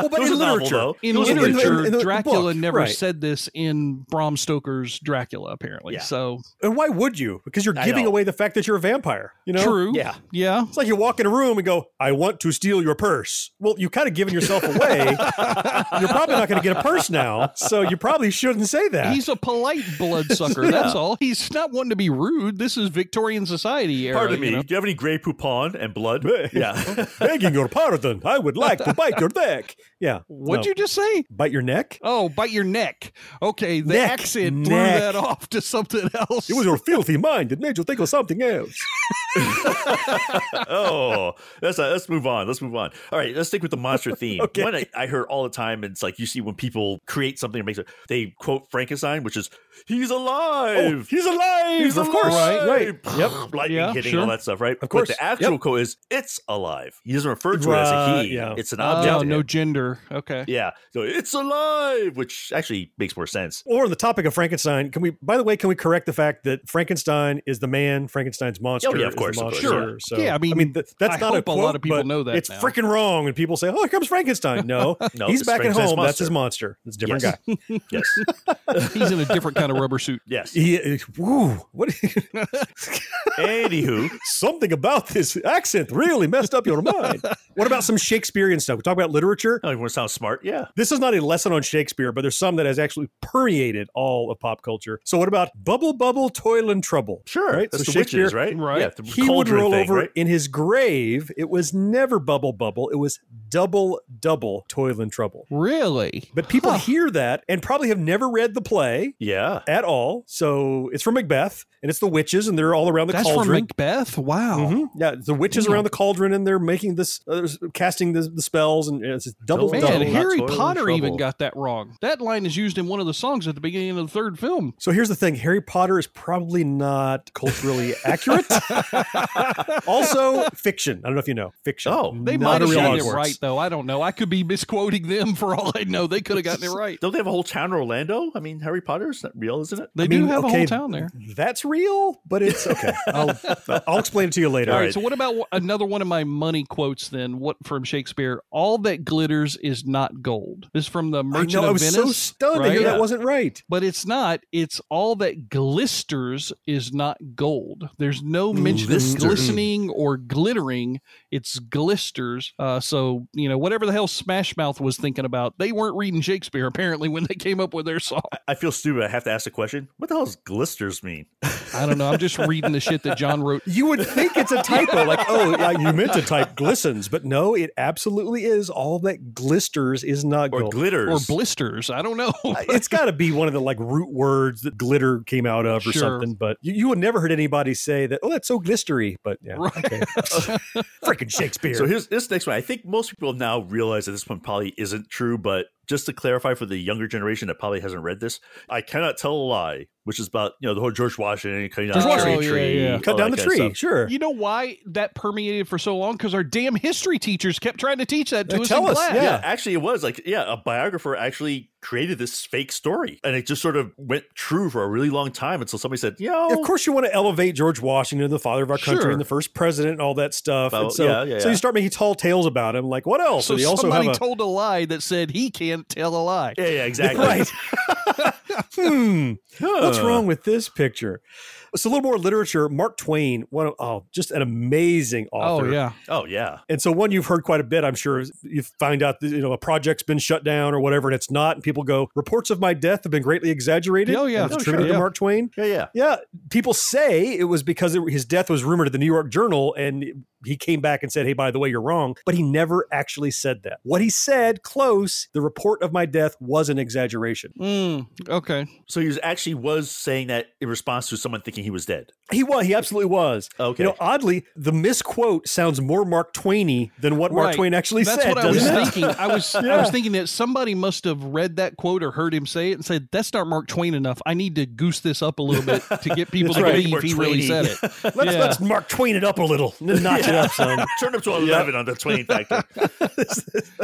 [SPEAKER 4] It
[SPEAKER 3] but
[SPEAKER 4] was
[SPEAKER 3] in
[SPEAKER 4] a novel,
[SPEAKER 3] literature,
[SPEAKER 4] though.
[SPEAKER 5] in
[SPEAKER 4] It was a
[SPEAKER 5] literature,
[SPEAKER 3] in- in the
[SPEAKER 5] Dracula
[SPEAKER 3] book,
[SPEAKER 5] never
[SPEAKER 3] right.
[SPEAKER 5] said this in Bram Stoker's Dracula, apparently.
[SPEAKER 4] Yeah.
[SPEAKER 5] So
[SPEAKER 3] And why would you? Because you're
[SPEAKER 4] I
[SPEAKER 3] giving
[SPEAKER 4] know.
[SPEAKER 3] away the fact that you're a vampire. You know.
[SPEAKER 5] true.
[SPEAKER 4] Yeah.
[SPEAKER 5] Yeah.
[SPEAKER 3] It's like you walk in a room and go, "I want to steal your purse." Well, you kind of given yourself
[SPEAKER 5] <laughs>
[SPEAKER 3] away. you're probably not going to get a purse now, so you probably shouldn't say that.
[SPEAKER 5] He's <laughs> a polite
[SPEAKER 3] <laughs>
[SPEAKER 5] bloodsucker. That's all. He's not wanting to be rude. This is Victorian society era.
[SPEAKER 4] Pardon
[SPEAKER 5] you
[SPEAKER 4] me.
[SPEAKER 5] know?
[SPEAKER 4] Do you have any gray poupon and blood? <laughs> yeah.
[SPEAKER 3] begging your pardon. I would like to bite your neck. Yeah.
[SPEAKER 5] What'd
[SPEAKER 3] No.
[SPEAKER 5] you just say?
[SPEAKER 3] bite your neck?
[SPEAKER 5] Oh, bite your neck. Okay, the
[SPEAKER 3] Neck,
[SPEAKER 5] accent threw
[SPEAKER 3] neck.
[SPEAKER 5] that off to something else.
[SPEAKER 3] It was your filthy mind. It made you think of something else.
[SPEAKER 4] oh, that's a, let's move on. Let's move on. All right, let's stick with the monster
[SPEAKER 3] <laughs>
[SPEAKER 4] theme.
[SPEAKER 3] Okay.
[SPEAKER 4] One I, I heard all the time, and it's like you see when people create something or make it, they quote Frankenstein, which is "He's
[SPEAKER 3] Oh,
[SPEAKER 4] alive."
[SPEAKER 3] he's alive.
[SPEAKER 4] He's
[SPEAKER 3] of course.
[SPEAKER 4] alive!
[SPEAKER 3] Right.
[SPEAKER 4] Yep. Lightning
[SPEAKER 5] Yeah,
[SPEAKER 4] hitting
[SPEAKER 5] sure.
[SPEAKER 4] all that stuff, right? Of
[SPEAKER 3] course.
[SPEAKER 4] But the actual quote is "It's alive." He doesn't refer to it as a
[SPEAKER 3] Right,
[SPEAKER 4] he.
[SPEAKER 3] yeah.
[SPEAKER 4] It's an object.
[SPEAKER 5] oh, no gender. Okay.
[SPEAKER 4] yeah. So it's alive, which actually makes more sense.
[SPEAKER 3] Or on the topic of Frankenstein, can we? By the way, can we correct the fact that Frankenstein is the man, Frankenstein's monster?
[SPEAKER 4] Oh, yeah, of
[SPEAKER 3] is the
[SPEAKER 4] course, of course,
[SPEAKER 3] monster,
[SPEAKER 5] sure.
[SPEAKER 3] So,
[SPEAKER 5] Yeah, I mean,
[SPEAKER 3] th-
[SPEAKER 5] I
[SPEAKER 3] that's not
[SPEAKER 5] hope a
[SPEAKER 3] a, quote,
[SPEAKER 5] lot of people
[SPEAKER 3] but
[SPEAKER 5] know that
[SPEAKER 3] It's
[SPEAKER 5] now.
[SPEAKER 3] freaking wrong when people say, "Oh, here comes
[SPEAKER 4] <laughs>
[SPEAKER 3] Frankenstein." No,
[SPEAKER 4] No,
[SPEAKER 3] he's
[SPEAKER 4] it's
[SPEAKER 3] back at home.
[SPEAKER 4] Frankenstein's
[SPEAKER 3] That's his monster.
[SPEAKER 4] monster.
[SPEAKER 3] It's a different
[SPEAKER 4] Yes.
[SPEAKER 3] guy.
[SPEAKER 4] Yes.
[SPEAKER 5] He's in a different kind of rubber suit.
[SPEAKER 3] <laughs>
[SPEAKER 4] yes.
[SPEAKER 3] He, is- woo, what?
[SPEAKER 4] Anywho,
[SPEAKER 3] <laughs> something about this accent really messed up your mind. What about some Shakespearean stuff? We talk about literature.
[SPEAKER 4] oh, you want to sound smart? Yeah.
[SPEAKER 3] This is not a lesson on Shakespeare, but there's some that has actually permeated all of pop culture. So what about bubble bubble toil and trouble?
[SPEAKER 4] Sure.
[SPEAKER 3] Right?
[SPEAKER 4] That's
[SPEAKER 3] so
[SPEAKER 4] the
[SPEAKER 3] Shakespeare
[SPEAKER 4] witches, right?
[SPEAKER 5] Right.
[SPEAKER 4] Yeah, the
[SPEAKER 3] he would
[SPEAKER 4] cauldron
[SPEAKER 3] roll
[SPEAKER 4] thing,
[SPEAKER 3] over
[SPEAKER 4] right?
[SPEAKER 3] in his grave. It was never bubble bubble. It was double double toil and trouble.
[SPEAKER 5] Really?
[SPEAKER 3] But people hear that and probably have never read the play
[SPEAKER 4] Yeah.
[SPEAKER 3] at all. So it's from Macbeth and it's the witches and they're all around the
[SPEAKER 5] That's from
[SPEAKER 3] cauldron.
[SPEAKER 5] Macbeth? Wow.
[SPEAKER 3] Mhm. Yeah, the witches
[SPEAKER 5] Damn.
[SPEAKER 3] around the cauldron and they're making this, uh, there's- casting the, the spells and it's just double
[SPEAKER 4] Man,
[SPEAKER 5] Oh, Man,
[SPEAKER 3] double.
[SPEAKER 4] here-
[SPEAKER 5] Harry
[SPEAKER 4] toil and
[SPEAKER 5] Potter even
[SPEAKER 4] trouble.
[SPEAKER 5] got that wrong. That line is used in one of the songs at the beginning of the third film.
[SPEAKER 3] So here's the thing: Harry Potter is probably not
[SPEAKER 5] <laughs>
[SPEAKER 3] culturally accurate. also, fiction. I don't know if you know fiction. Mm,
[SPEAKER 4] Oh.
[SPEAKER 5] They
[SPEAKER 3] Not
[SPEAKER 5] might
[SPEAKER 3] a
[SPEAKER 5] have
[SPEAKER 3] real
[SPEAKER 5] gotten it
[SPEAKER 3] Hogwarts.
[SPEAKER 5] right, though. I don't know. I could be misquoting them <laughs> for all I know. They could have gotten it right.
[SPEAKER 4] Don't they have a whole town in Orlando? I mean, Harry Potter is not real, isn't it?
[SPEAKER 5] They
[SPEAKER 3] I mean,
[SPEAKER 5] do have a
[SPEAKER 3] okay, Oh,
[SPEAKER 5] whole
[SPEAKER 3] <laughs>
[SPEAKER 5] town there.
[SPEAKER 3] That's real, but it's
[SPEAKER 5] <laughs>
[SPEAKER 3] okay. I'll, I'll explain it to you later.
[SPEAKER 5] All right. So what about wh- another one of my money quotes then? What from Shakespeare? All that glitters is not gold. This is from the
[SPEAKER 3] I
[SPEAKER 5] Merchant
[SPEAKER 3] know. I
[SPEAKER 5] of
[SPEAKER 3] was
[SPEAKER 5] Venice.
[SPEAKER 3] so stunned to hear
[SPEAKER 5] right?
[SPEAKER 3] that wasn't right.
[SPEAKER 5] But it's not. It's all that glisters is not gold. There's no
[SPEAKER 3] Mm,
[SPEAKER 5] mention
[SPEAKER 4] Glister.
[SPEAKER 5] of glistening or glittering. It's glisters. Uh, so you know whatever the hell Smash Mouth was thinking about, they weren't reading Shakespeare apparently when they came up with their song.
[SPEAKER 4] I feel stupid. I have to ask the question. What the hell does glisters mean?
[SPEAKER 5] I don't know. I'm just reading the shit that
[SPEAKER 3] <laughs>
[SPEAKER 5] John wrote.
[SPEAKER 3] You would think it's a typo, like, oh, yeah, you meant to type glistens, but no, it absolutely is. All that glisters is not
[SPEAKER 4] Or
[SPEAKER 3] gold.
[SPEAKER 5] Or
[SPEAKER 4] glitters?
[SPEAKER 5] blisters. I don't know.
[SPEAKER 3] <laughs> it's got to be one of the like root words that glitter came out of or
[SPEAKER 5] Sure.
[SPEAKER 3] something. But you, you would never heard anybody say that. Oh, that's so glistery. But yeah,
[SPEAKER 5] Right. <laughs>
[SPEAKER 3] okay. freaking Shakespeare.
[SPEAKER 4] so here's this next one. I think most people now realize that this one probably isn't true, but just to clarify for the younger generation that probably hasn't read this, I cannot tell a lie. which is about you know the whole George Washington cutting down
[SPEAKER 5] George
[SPEAKER 4] the
[SPEAKER 5] Washington.
[SPEAKER 4] tree,
[SPEAKER 5] Oh, yeah,
[SPEAKER 4] tree
[SPEAKER 5] yeah.
[SPEAKER 4] all
[SPEAKER 3] Cut down
[SPEAKER 4] that
[SPEAKER 3] the
[SPEAKER 4] kind of
[SPEAKER 3] tree.
[SPEAKER 4] stuff.
[SPEAKER 3] Sure.
[SPEAKER 5] You know why that permeated for so long? Because our damn history teachers kept trying to teach that to
[SPEAKER 3] They
[SPEAKER 5] us
[SPEAKER 3] tell
[SPEAKER 5] in
[SPEAKER 3] us,
[SPEAKER 5] class.
[SPEAKER 4] Yeah.
[SPEAKER 3] Yeah.
[SPEAKER 4] actually, it was like yeah, a biographer actually created this fake story, and it just sort of went true for a really long time until somebody said, "You know,
[SPEAKER 3] Of course, you want to elevate George Washington, the father of our country,
[SPEAKER 5] Sure.
[SPEAKER 3] and the first president, and all that stuff.
[SPEAKER 4] Well,
[SPEAKER 3] and so,
[SPEAKER 4] yeah, yeah,
[SPEAKER 3] so
[SPEAKER 4] yeah.
[SPEAKER 3] you start making tall tales about him. Like, what else?
[SPEAKER 5] So
[SPEAKER 3] And you also
[SPEAKER 5] somebody
[SPEAKER 3] have a-
[SPEAKER 5] told a lie that said he can't tell a lie.
[SPEAKER 4] yeah, yeah,
[SPEAKER 3] <laughs>
[SPEAKER 5] <laughs>
[SPEAKER 4] exactly."
[SPEAKER 3] right. hmm. What's
[SPEAKER 5] Uh.
[SPEAKER 4] Huh.
[SPEAKER 3] wrong with this picture? It's a little more literature. Mark Twain, one of, oh, just an amazing author.
[SPEAKER 5] Oh yeah,
[SPEAKER 4] Oh yeah,
[SPEAKER 3] And so one you've heard quite a bit, I'm sure. is You find out that you know a project's been shut down or whatever, and it's not. And people go, reports of my death have been greatly exaggerated.
[SPEAKER 5] Oh, yeah.
[SPEAKER 3] and it's
[SPEAKER 5] Oh,
[SPEAKER 3] attributed
[SPEAKER 5] sure,
[SPEAKER 3] to
[SPEAKER 5] yeah.
[SPEAKER 3] Mark Twain.
[SPEAKER 4] yeah, yeah.
[SPEAKER 3] Yeah, people say it was because it, his death was rumored at the New York Journal, and he came back and said, "Hey, by the way, you're wrong." But he never actually said that. What he said, close. The report of my death was an exaggeration.
[SPEAKER 5] Mm, okay.
[SPEAKER 4] So he was actually was saying that in response to someone thinking he was dead.
[SPEAKER 3] He was. He absolutely was.
[SPEAKER 4] Okay.
[SPEAKER 3] You know, oddly, the misquote sounds more Mark Twainy than what Mark
[SPEAKER 5] Right.
[SPEAKER 3] Twain actually
[SPEAKER 5] That's
[SPEAKER 3] said.
[SPEAKER 5] what I was
[SPEAKER 3] doesn't it?
[SPEAKER 5] thinking. I was I was thinking that somebody must have read that quote or heard him say it and said, "That's not Mark Twain enough. I need to goose this up a little bit to get
[SPEAKER 3] <laughs>
[SPEAKER 5] people to
[SPEAKER 4] right.
[SPEAKER 5] believe
[SPEAKER 4] Mark
[SPEAKER 5] he really
[SPEAKER 4] Twainy.
[SPEAKER 5] said
[SPEAKER 3] <laughs>
[SPEAKER 5] it."
[SPEAKER 3] Let's,
[SPEAKER 5] Yeah.
[SPEAKER 3] let's Mark Twain it up a little.
[SPEAKER 5] <laughs>
[SPEAKER 3] Notch it up some.
[SPEAKER 4] <laughs> Turn up to eleven on the Twain
[SPEAKER 3] <laughs>
[SPEAKER 4] factor.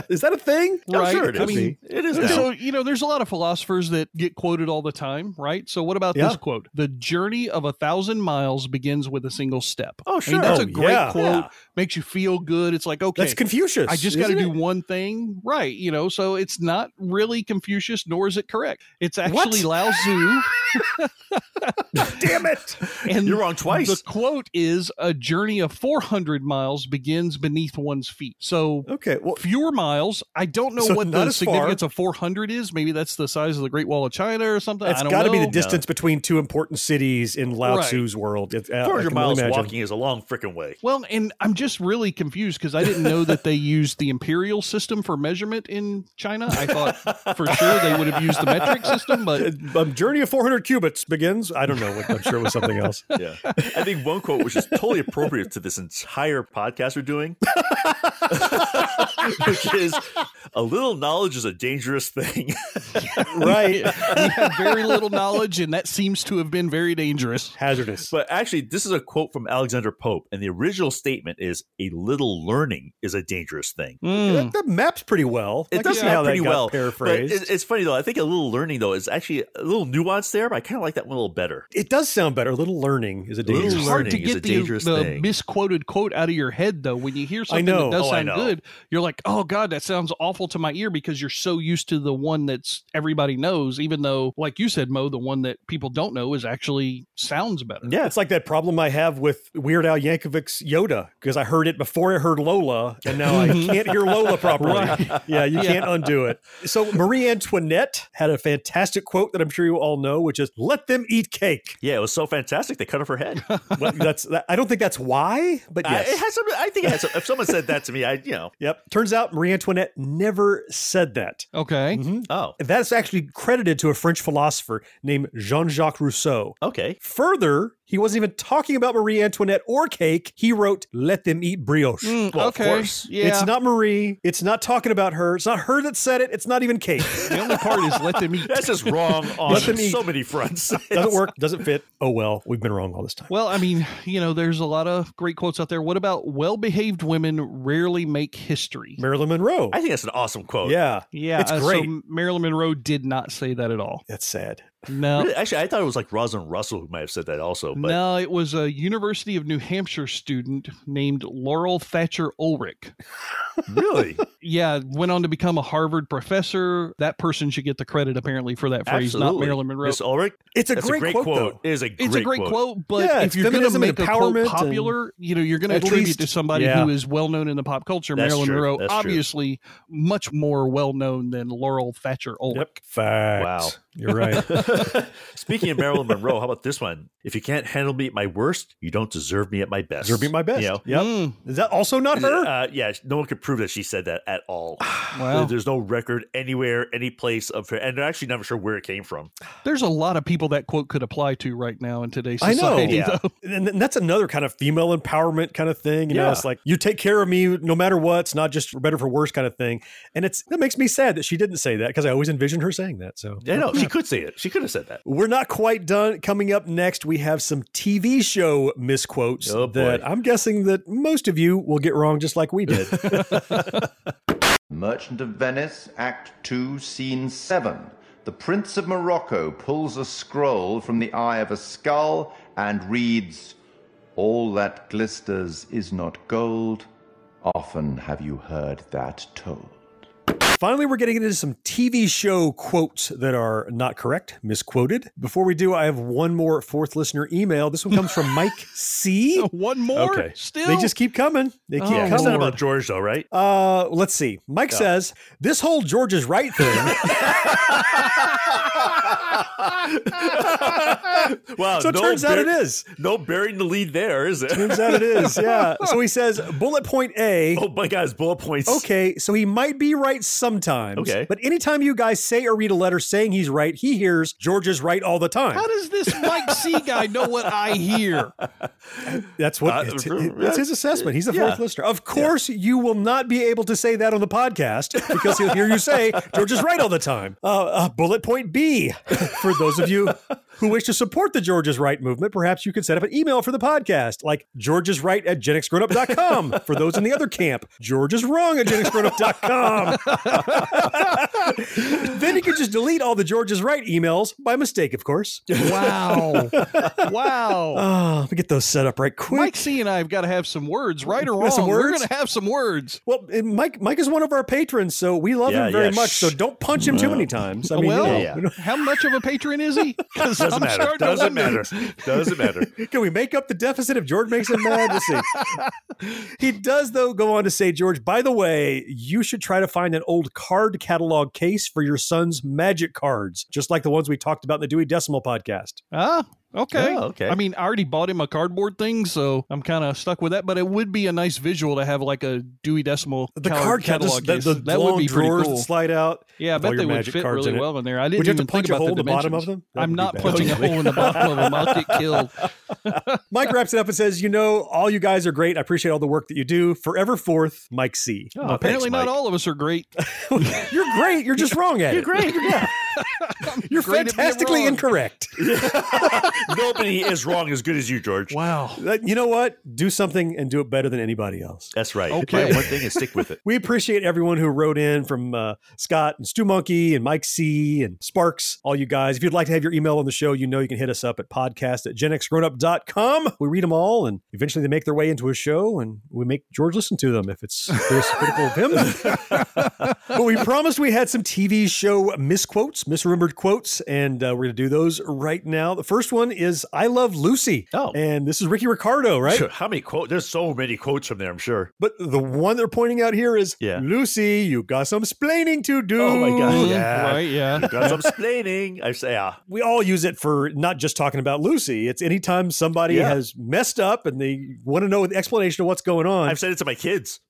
[SPEAKER 3] Is that a thing?
[SPEAKER 4] <laughs> I'm
[SPEAKER 5] Right.
[SPEAKER 4] sure it
[SPEAKER 5] I
[SPEAKER 4] is.
[SPEAKER 5] mean,
[SPEAKER 4] it is. now.
[SPEAKER 5] So, you know, there's a lot of philosophers that get quoted all the time, right? So, what about
[SPEAKER 3] Yeah.
[SPEAKER 5] this quote? The journey of a thousand miles begins with a single step.
[SPEAKER 4] Oh,
[SPEAKER 5] I mean, that's
[SPEAKER 4] sure.
[SPEAKER 5] a
[SPEAKER 3] Oh,
[SPEAKER 5] great
[SPEAKER 3] yeah.
[SPEAKER 5] quote.
[SPEAKER 4] Yeah.
[SPEAKER 5] Makes you feel good. It's like, okay,
[SPEAKER 3] That's Confucius.
[SPEAKER 5] I just got to
[SPEAKER 3] isn't
[SPEAKER 5] do
[SPEAKER 3] it?
[SPEAKER 5] one thing right, you know. So it's not really Confucius, nor is it correct. It's actually Lao Tzu,
[SPEAKER 3] Damn it!
[SPEAKER 5] and
[SPEAKER 4] You're wrong twice.
[SPEAKER 5] The quote is: "A journey of 400 miles begins beneath one's feet." So
[SPEAKER 3] Okay. Uh, Well,
[SPEAKER 5] fewer miles. I don't know
[SPEAKER 3] So
[SPEAKER 5] what
[SPEAKER 3] not
[SPEAKER 5] the
[SPEAKER 3] as
[SPEAKER 5] significance of 400 is. Maybe that's the size of the Great Wall of China or something.
[SPEAKER 3] It's
[SPEAKER 5] I don't
[SPEAKER 3] got to be the
[SPEAKER 5] know.
[SPEAKER 3] distance between two important cities in Lao
[SPEAKER 5] Right.
[SPEAKER 3] Tzu's world. It- uh, I
[SPEAKER 4] Four hundred
[SPEAKER 3] can only
[SPEAKER 4] miles
[SPEAKER 3] imagine.
[SPEAKER 4] walking is a long freaking way.
[SPEAKER 3] <laughs>
[SPEAKER 5] Well, and I'm just really confused because I didn't know that they used the imperial system for measurement in China. I thought for sure they would have used the metric system,
[SPEAKER 3] <laughs>
[SPEAKER 5] but
[SPEAKER 3] A Uh, um, journey of 400 cubits begins. I don't know. what- I'm sure it was something else.
[SPEAKER 4] Yeah. I think one quote, which is totally appropriate to this entire podcast we're doing, <laughs> which is a little knowledge is a dangerous thing.
[SPEAKER 3] right.
[SPEAKER 5] we have very little knowledge, and that seems to have been very dangerous.
[SPEAKER 3] Hazardous.
[SPEAKER 4] But actually, this is a quote from Alexander Pope, and the original statement is a little learning is a dangerous thing.
[SPEAKER 5] Hmm.
[SPEAKER 3] That, that maps pretty well.
[SPEAKER 4] It
[SPEAKER 3] I can
[SPEAKER 4] does
[SPEAKER 3] see
[SPEAKER 4] map
[SPEAKER 3] how that
[SPEAKER 4] pretty
[SPEAKER 3] got
[SPEAKER 4] well.
[SPEAKER 3] Paraphrased.
[SPEAKER 4] But it- it's funny though. I think a little learning though is actually a little nuance there, but I kind of like that one a little better.
[SPEAKER 3] It does sound better. A little learning is a
[SPEAKER 4] Little
[SPEAKER 3] dangerous.
[SPEAKER 5] It's hard to
[SPEAKER 4] learning is a
[SPEAKER 5] get the,
[SPEAKER 4] dangerous
[SPEAKER 5] the
[SPEAKER 4] thing.
[SPEAKER 5] misquoted quote out of your head, though. When you hear something
[SPEAKER 3] know.
[SPEAKER 5] that does
[SPEAKER 4] Oh, I
[SPEAKER 5] sound
[SPEAKER 4] know.
[SPEAKER 5] good, you're like, "Oh God, that sounds awful to my ear," because you're so used to the one that's everybody knows. Even though, like you said, Mo, the one that people don't know is actually sounds better.
[SPEAKER 3] Yeah, it's like that problem I have with Weird Al Yankovic's Yoda because I heard it before I heard Lola, and now I can't hear Lola properly. Yeah, you can't undo it. So Marie Antoinette had a fantastic quote that I'm sure you all know, which is "Let them eat cake."
[SPEAKER 4] Yeah, it was so fantastic they cut off her
[SPEAKER 3] <laughs>
[SPEAKER 4] head.
[SPEAKER 3] Well, that's that, I don't think that's why, but
[SPEAKER 4] I,
[SPEAKER 3] yes.
[SPEAKER 4] it has some, I think it has some, if someone said that to me, I you know,
[SPEAKER 3] Yep. Turns out Marie Antoinette never said that.
[SPEAKER 5] Okay.
[SPEAKER 4] oh,
[SPEAKER 3] That's actually credited to a French philosopher named Jean Jacques Rousseau.
[SPEAKER 4] okay.
[SPEAKER 3] Further, he wasn't even talking about Marie Antoinette or cake. He wrote, Let them eat brioche.
[SPEAKER 5] Mm,
[SPEAKER 4] Well, of
[SPEAKER 5] okay.
[SPEAKER 4] course.
[SPEAKER 5] Yeah.
[SPEAKER 3] It's not Marie. It's not talking about her. It's not her that said it. It's not even
[SPEAKER 4] <laughs>
[SPEAKER 3] Kate.
[SPEAKER 5] <laughs> the only part is let them eat.
[SPEAKER 4] That's
[SPEAKER 3] <laughs>
[SPEAKER 4] just wrong on
[SPEAKER 3] Let them
[SPEAKER 4] so
[SPEAKER 3] eat.
[SPEAKER 4] many fronts.
[SPEAKER 3] <laughs> Doesn't work. Doesn't fit. Oh well, we've been wrong all this time.
[SPEAKER 5] Well, I mean, you know, there's a lot of great quotes out there. What about well-behaved women rarely make history?
[SPEAKER 3] Marilyn Monroe.
[SPEAKER 4] <laughs>
[SPEAKER 3] Oh,
[SPEAKER 4] I think that's an awesome quote.
[SPEAKER 3] yeah,
[SPEAKER 5] Yeah,
[SPEAKER 3] it's
[SPEAKER 5] uh,
[SPEAKER 3] great.
[SPEAKER 5] So Marilyn Monroe did not say that at all.
[SPEAKER 3] That's sad.
[SPEAKER 5] No,
[SPEAKER 4] Really, actually, I thought it was like Rosalind Russell who might have said that also. But
[SPEAKER 5] no, it was a University of New Hampshire student named Laurel Thatcher Ulrich.
[SPEAKER 3] <laughs>
[SPEAKER 4] really,
[SPEAKER 5] Yeah, went on to become a Harvard professor. That person should get the credit apparently for that phrase, not
[SPEAKER 4] Absolutely.
[SPEAKER 5] Marilyn Monroe.
[SPEAKER 4] Miss Ulrich,
[SPEAKER 3] It's a,
[SPEAKER 4] that's
[SPEAKER 3] great, quote. though.
[SPEAKER 4] It is a great,
[SPEAKER 5] it's a great quote, but
[SPEAKER 3] Yeah,
[SPEAKER 5] if
[SPEAKER 3] it's
[SPEAKER 5] you're going to
[SPEAKER 3] feminism and
[SPEAKER 5] make a quote
[SPEAKER 3] empowerment
[SPEAKER 5] popular, you know, you're going to
[SPEAKER 3] At
[SPEAKER 5] attribute
[SPEAKER 3] least-
[SPEAKER 5] to somebody
[SPEAKER 3] yeah.
[SPEAKER 5] who is well known in the pop culture.
[SPEAKER 4] That's
[SPEAKER 5] Marilyn
[SPEAKER 4] true,
[SPEAKER 5] Monroe,
[SPEAKER 4] that's true.
[SPEAKER 5] obviously, much more well known than Laurel Thatcher Ulrich.
[SPEAKER 3] Yep. Facts.
[SPEAKER 4] Wow.
[SPEAKER 3] You're
[SPEAKER 4] <laughs>
[SPEAKER 3] right.
[SPEAKER 4] Speaking of Marilyn Monroe, how about this one? If you can't handle me at my worst, you don't deserve me at my best.
[SPEAKER 3] Deserve me my best.
[SPEAKER 4] You know?
[SPEAKER 3] Yep.
[SPEAKER 5] Mm.
[SPEAKER 3] Is that also not <laughs> her?
[SPEAKER 4] Uh, yeah, no one could prove that she said that at all.
[SPEAKER 5] Hmm. Wow.
[SPEAKER 4] There's no record anywhere, any place of her, and they're actually never sure where it came from.
[SPEAKER 5] There's a lot of people that quote could apply to right now in today's
[SPEAKER 3] I know.
[SPEAKER 5] society.
[SPEAKER 4] Yeah.
[SPEAKER 5] though.
[SPEAKER 3] And th- and that's another kind of female empowerment kind of thing. You know,
[SPEAKER 4] Yeah.
[SPEAKER 3] it's like you take care of me no matter what. It's not just for better for worse kind of thing. And it's that makes me sad that she didn't say that because I always envisioned her saying that. So
[SPEAKER 4] I <laughs> know she could say it. She could have said that.
[SPEAKER 3] We're not quite done. Coming up next, we have some TV show misquotes
[SPEAKER 4] Oh, boy.
[SPEAKER 3] that I'm guessing that most of you will get wrong just
[SPEAKER 4] <laughs>
[SPEAKER 3] like we did.
[SPEAKER 8] Merchant of Venice, Act 2, Scene 7. The Prince of Morocco pulls a scroll from the eye of a skull and reads, All that glisters is not gold. Often have you heard that told.
[SPEAKER 3] Finally, we're getting into some TV show quotes that are not correct, misquoted. Before we do, I have one more fourth listener email. This one comes
[SPEAKER 4] <laughs>
[SPEAKER 3] from Mike C.
[SPEAKER 5] <laughs> One more
[SPEAKER 4] Okay. They
[SPEAKER 5] still.
[SPEAKER 3] They just keep coming. They keep
[SPEAKER 5] Oh,
[SPEAKER 4] It's not
[SPEAKER 3] coming.
[SPEAKER 4] about George though, right?
[SPEAKER 3] Uh, let's see. Mike says this whole George is right
[SPEAKER 4] <laughs>
[SPEAKER 3] thing.
[SPEAKER 4] wow.
[SPEAKER 3] so it turns out
[SPEAKER 4] bur-
[SPEAKER 3] it is.
[SPEAKER 4] No burying the lead there, is it?
[SPEAKER 3] Turns out it is. Yeah. So he says bullet point A.
[SPEAKER 4] <laughs> oh my God, it's bullet points.
[SPEAKER 3] Okay, so he might be right sometimes.
[SPEAKER 4] Okay.
[SPEAKER 3] But anytime you guys say or read a letter saying he's right, he hears George is right all the time.
[SPEAKER 5] How does this Mike C guy know what I hear?
[SPEAKER 3] That's what
[SPEAKER 4] Uh,
[SPEAKER 3] it's, that's his assessment. He's a
[SPEAKER 4] yeah.
[SPEAKER 3] fourth listener. Of course, you will not be able to say that on the podcast because he'll hear you say George is right all the time. Uh, uh, bullet point B for those of you who wish to support the George is right movement, perhaps you could set up an email for the podcast, like George is right at genxgrownup.com. For those in the other camp, George is wrong at genxgrownup.com. <laughs> then you could just delete all the George is right emails by mistake, of course.
[SPEAKER 5] Wow. wow.
[SPEAKER 3] Oh, let me get those set up right quick.
[SPEAKER 5] Mike C and I have got to have some words, right
[SPEAKER 3] You
[SPEAKER 5] or wrong.
[SPEAKER 3] got some
[SPEAKER 5] We're
[SPEAKER 3] words?
[SPEAKER 5] going to have some words.
[SPEAKER 3] Well, and Mike Mike is one of our patrons, so we love
[SPEAKER 4] Yeah,
[SPEAKER 3] him very
[SPEAKER 4] yeah,
[SPEAKER 3] much. So
[SPEAKER 4] shh.
[SPEAKER 3] don't punch him too many times. I mean,
[SPEAKER 5] well,
[SPEAKER 4] yeah, yeah.
[SPEAKER 5] how much of a patron is he? Because
[SPEAKER 4] <laughs> Doesn't matter. Doesn't matter. Doesn't matter.
[SPEAKER 3] <laughs> <laughs> can we make up the deficit if George makes him mad? Let's
[SPEAKER 5] <laughs>
[SPEAKER 3] see. he does, though, go on to say, George, by the way, you should try to find an old card catalog case for your son's magic cards, just like the ones we talked about in the Dewey Decimal podcast.
[SPEAKER 5] Ah, okay.
[SPEAKER 4] Oh, okay.
[SPEAKER 5] I mean, I already bought him a cardboard thing, so I'm kind of stuck with that. But it would be a nice visual to have like a Dewey Decimal
[SPEAKER 3] The
[SPEAKER 5] cal-
[SPEAKER 3] card
[SPEAKER 5] catalog.
[SPEAKER 3] catalog, the,
[SPEAKER 5] case.
[SPEAKER 3] the
[SPEAKER 5] that
[SPEAKER 3] long
[SPEAKER 5] would be pretty
[SPEAKER 3] drawers
[SPEAKER 5] cool.
[SPEAKER 3] that slide out.
[SPEAKER 5] yeah, I
[SPEAKER 3] with all
[SPEAKER 5] bet
[SPEAKER 3] your
[SPEAKER 5] they would
[SPEAKER 3] magic
[SPEAKER 5] fit
[SPEAKER 3] cards
[SPEAKER 5] really
[SPEAKER 3] in it.
[SPEAKER 5] well in there. I didn't
[SPEAKER 3] Would you have to
[SPEAKER 5] even
[SPEAKER 3] punch
[SPEAKER 5] think
[SPEAKER 3] a
[SPEAKER 5] about
[SPEAKER 3] hole in
[SPEAKER 5] the
[SPEAKER 3] the bottom
[SPEAKER 5] dimensions.
[SPEAKER 3] of them? That
[SPEAKER 5] I'm
[SPEAKER 3] would be
[SPEAKER 5] not
[SPEAKER 3] bad.
[SPEAKER 5] punching a hole in the bottom of them. I'll get killed.
[SPEAKER 3] Mike wraps it up and says, "You know, all you guys are great. I appreciate all the work that you do. Forever fourth, Mike C.
[SPEAKER 5] Well, apparently, not
[SPEAKER 4] Mike.
[SPEAKER 5] all of us are great.
[SPEAKER 3] You're great. You're just wrong at it.
[SPEAKER 5] great. Yeah. <laughs>
[SPEAKER 3] You're
[SPEAKER 5] great at being
[SPEAKER 3] fantastically
[SPEAKER 5] wrong.
[SPEAKER 3] incorrect.
[SPEAKER 4] Nobody is wrong as good as you, George.
[SPEAKER 5] Wow. <laughs>
[SPEAKER 3] Like, you know what? Do something and do it better than anybody else.
[SPEAKER 4] That's right.
[SPEAKER 5] Okay.
[SPEAKER 4] Find One thing and stick with it.
[SPEAKER 3] We appreciate everyone who wrote in from uh, Scott and Stu Monkey and Mike C and Sparks, all you guys. If you'd like to have your email on the show, you know you can hit us up at podcast at genxgrownup.com. We read them all and eventually they make their way into a show and we make George listen to them if it's it's critical of him.
[SPEAKER 4] <laughs>
[SPEAKER 3] but we promised we had some TV show misquotes, misremembered quotes, and uh, we're going to do those right now. The first one is I Love Lucy.
[SPEAKER 4] Oh.
[SPEAKER 3] And this is Ricky Ricardo, right?
[SPEAKER 4] Sure, How many quotes? There's so many quotes from there, I'm sure.
[SPEAKER 3] But the one they're pointing out here is
[SPEAKER 4] Yeah.
[SPEAKER 3] Lucy, you got some splaining to do.
[SPEAKER 4] Oh my God. Yeah.
[SPEAKER 5] Right. Yeah.
[SPEAKER 3] <laughs>
[SPEAKER 4] Got some explaining. I say, ah,
[SPEAKER 3] We all use it for not just talking about Lucy. It's anytime somebody
[SPEAKER 4] Yeah.
[SPEAKER 3] has messed up and they want to know the explanation of what's going on.
[SPEAKER 4] I've said it to my kids.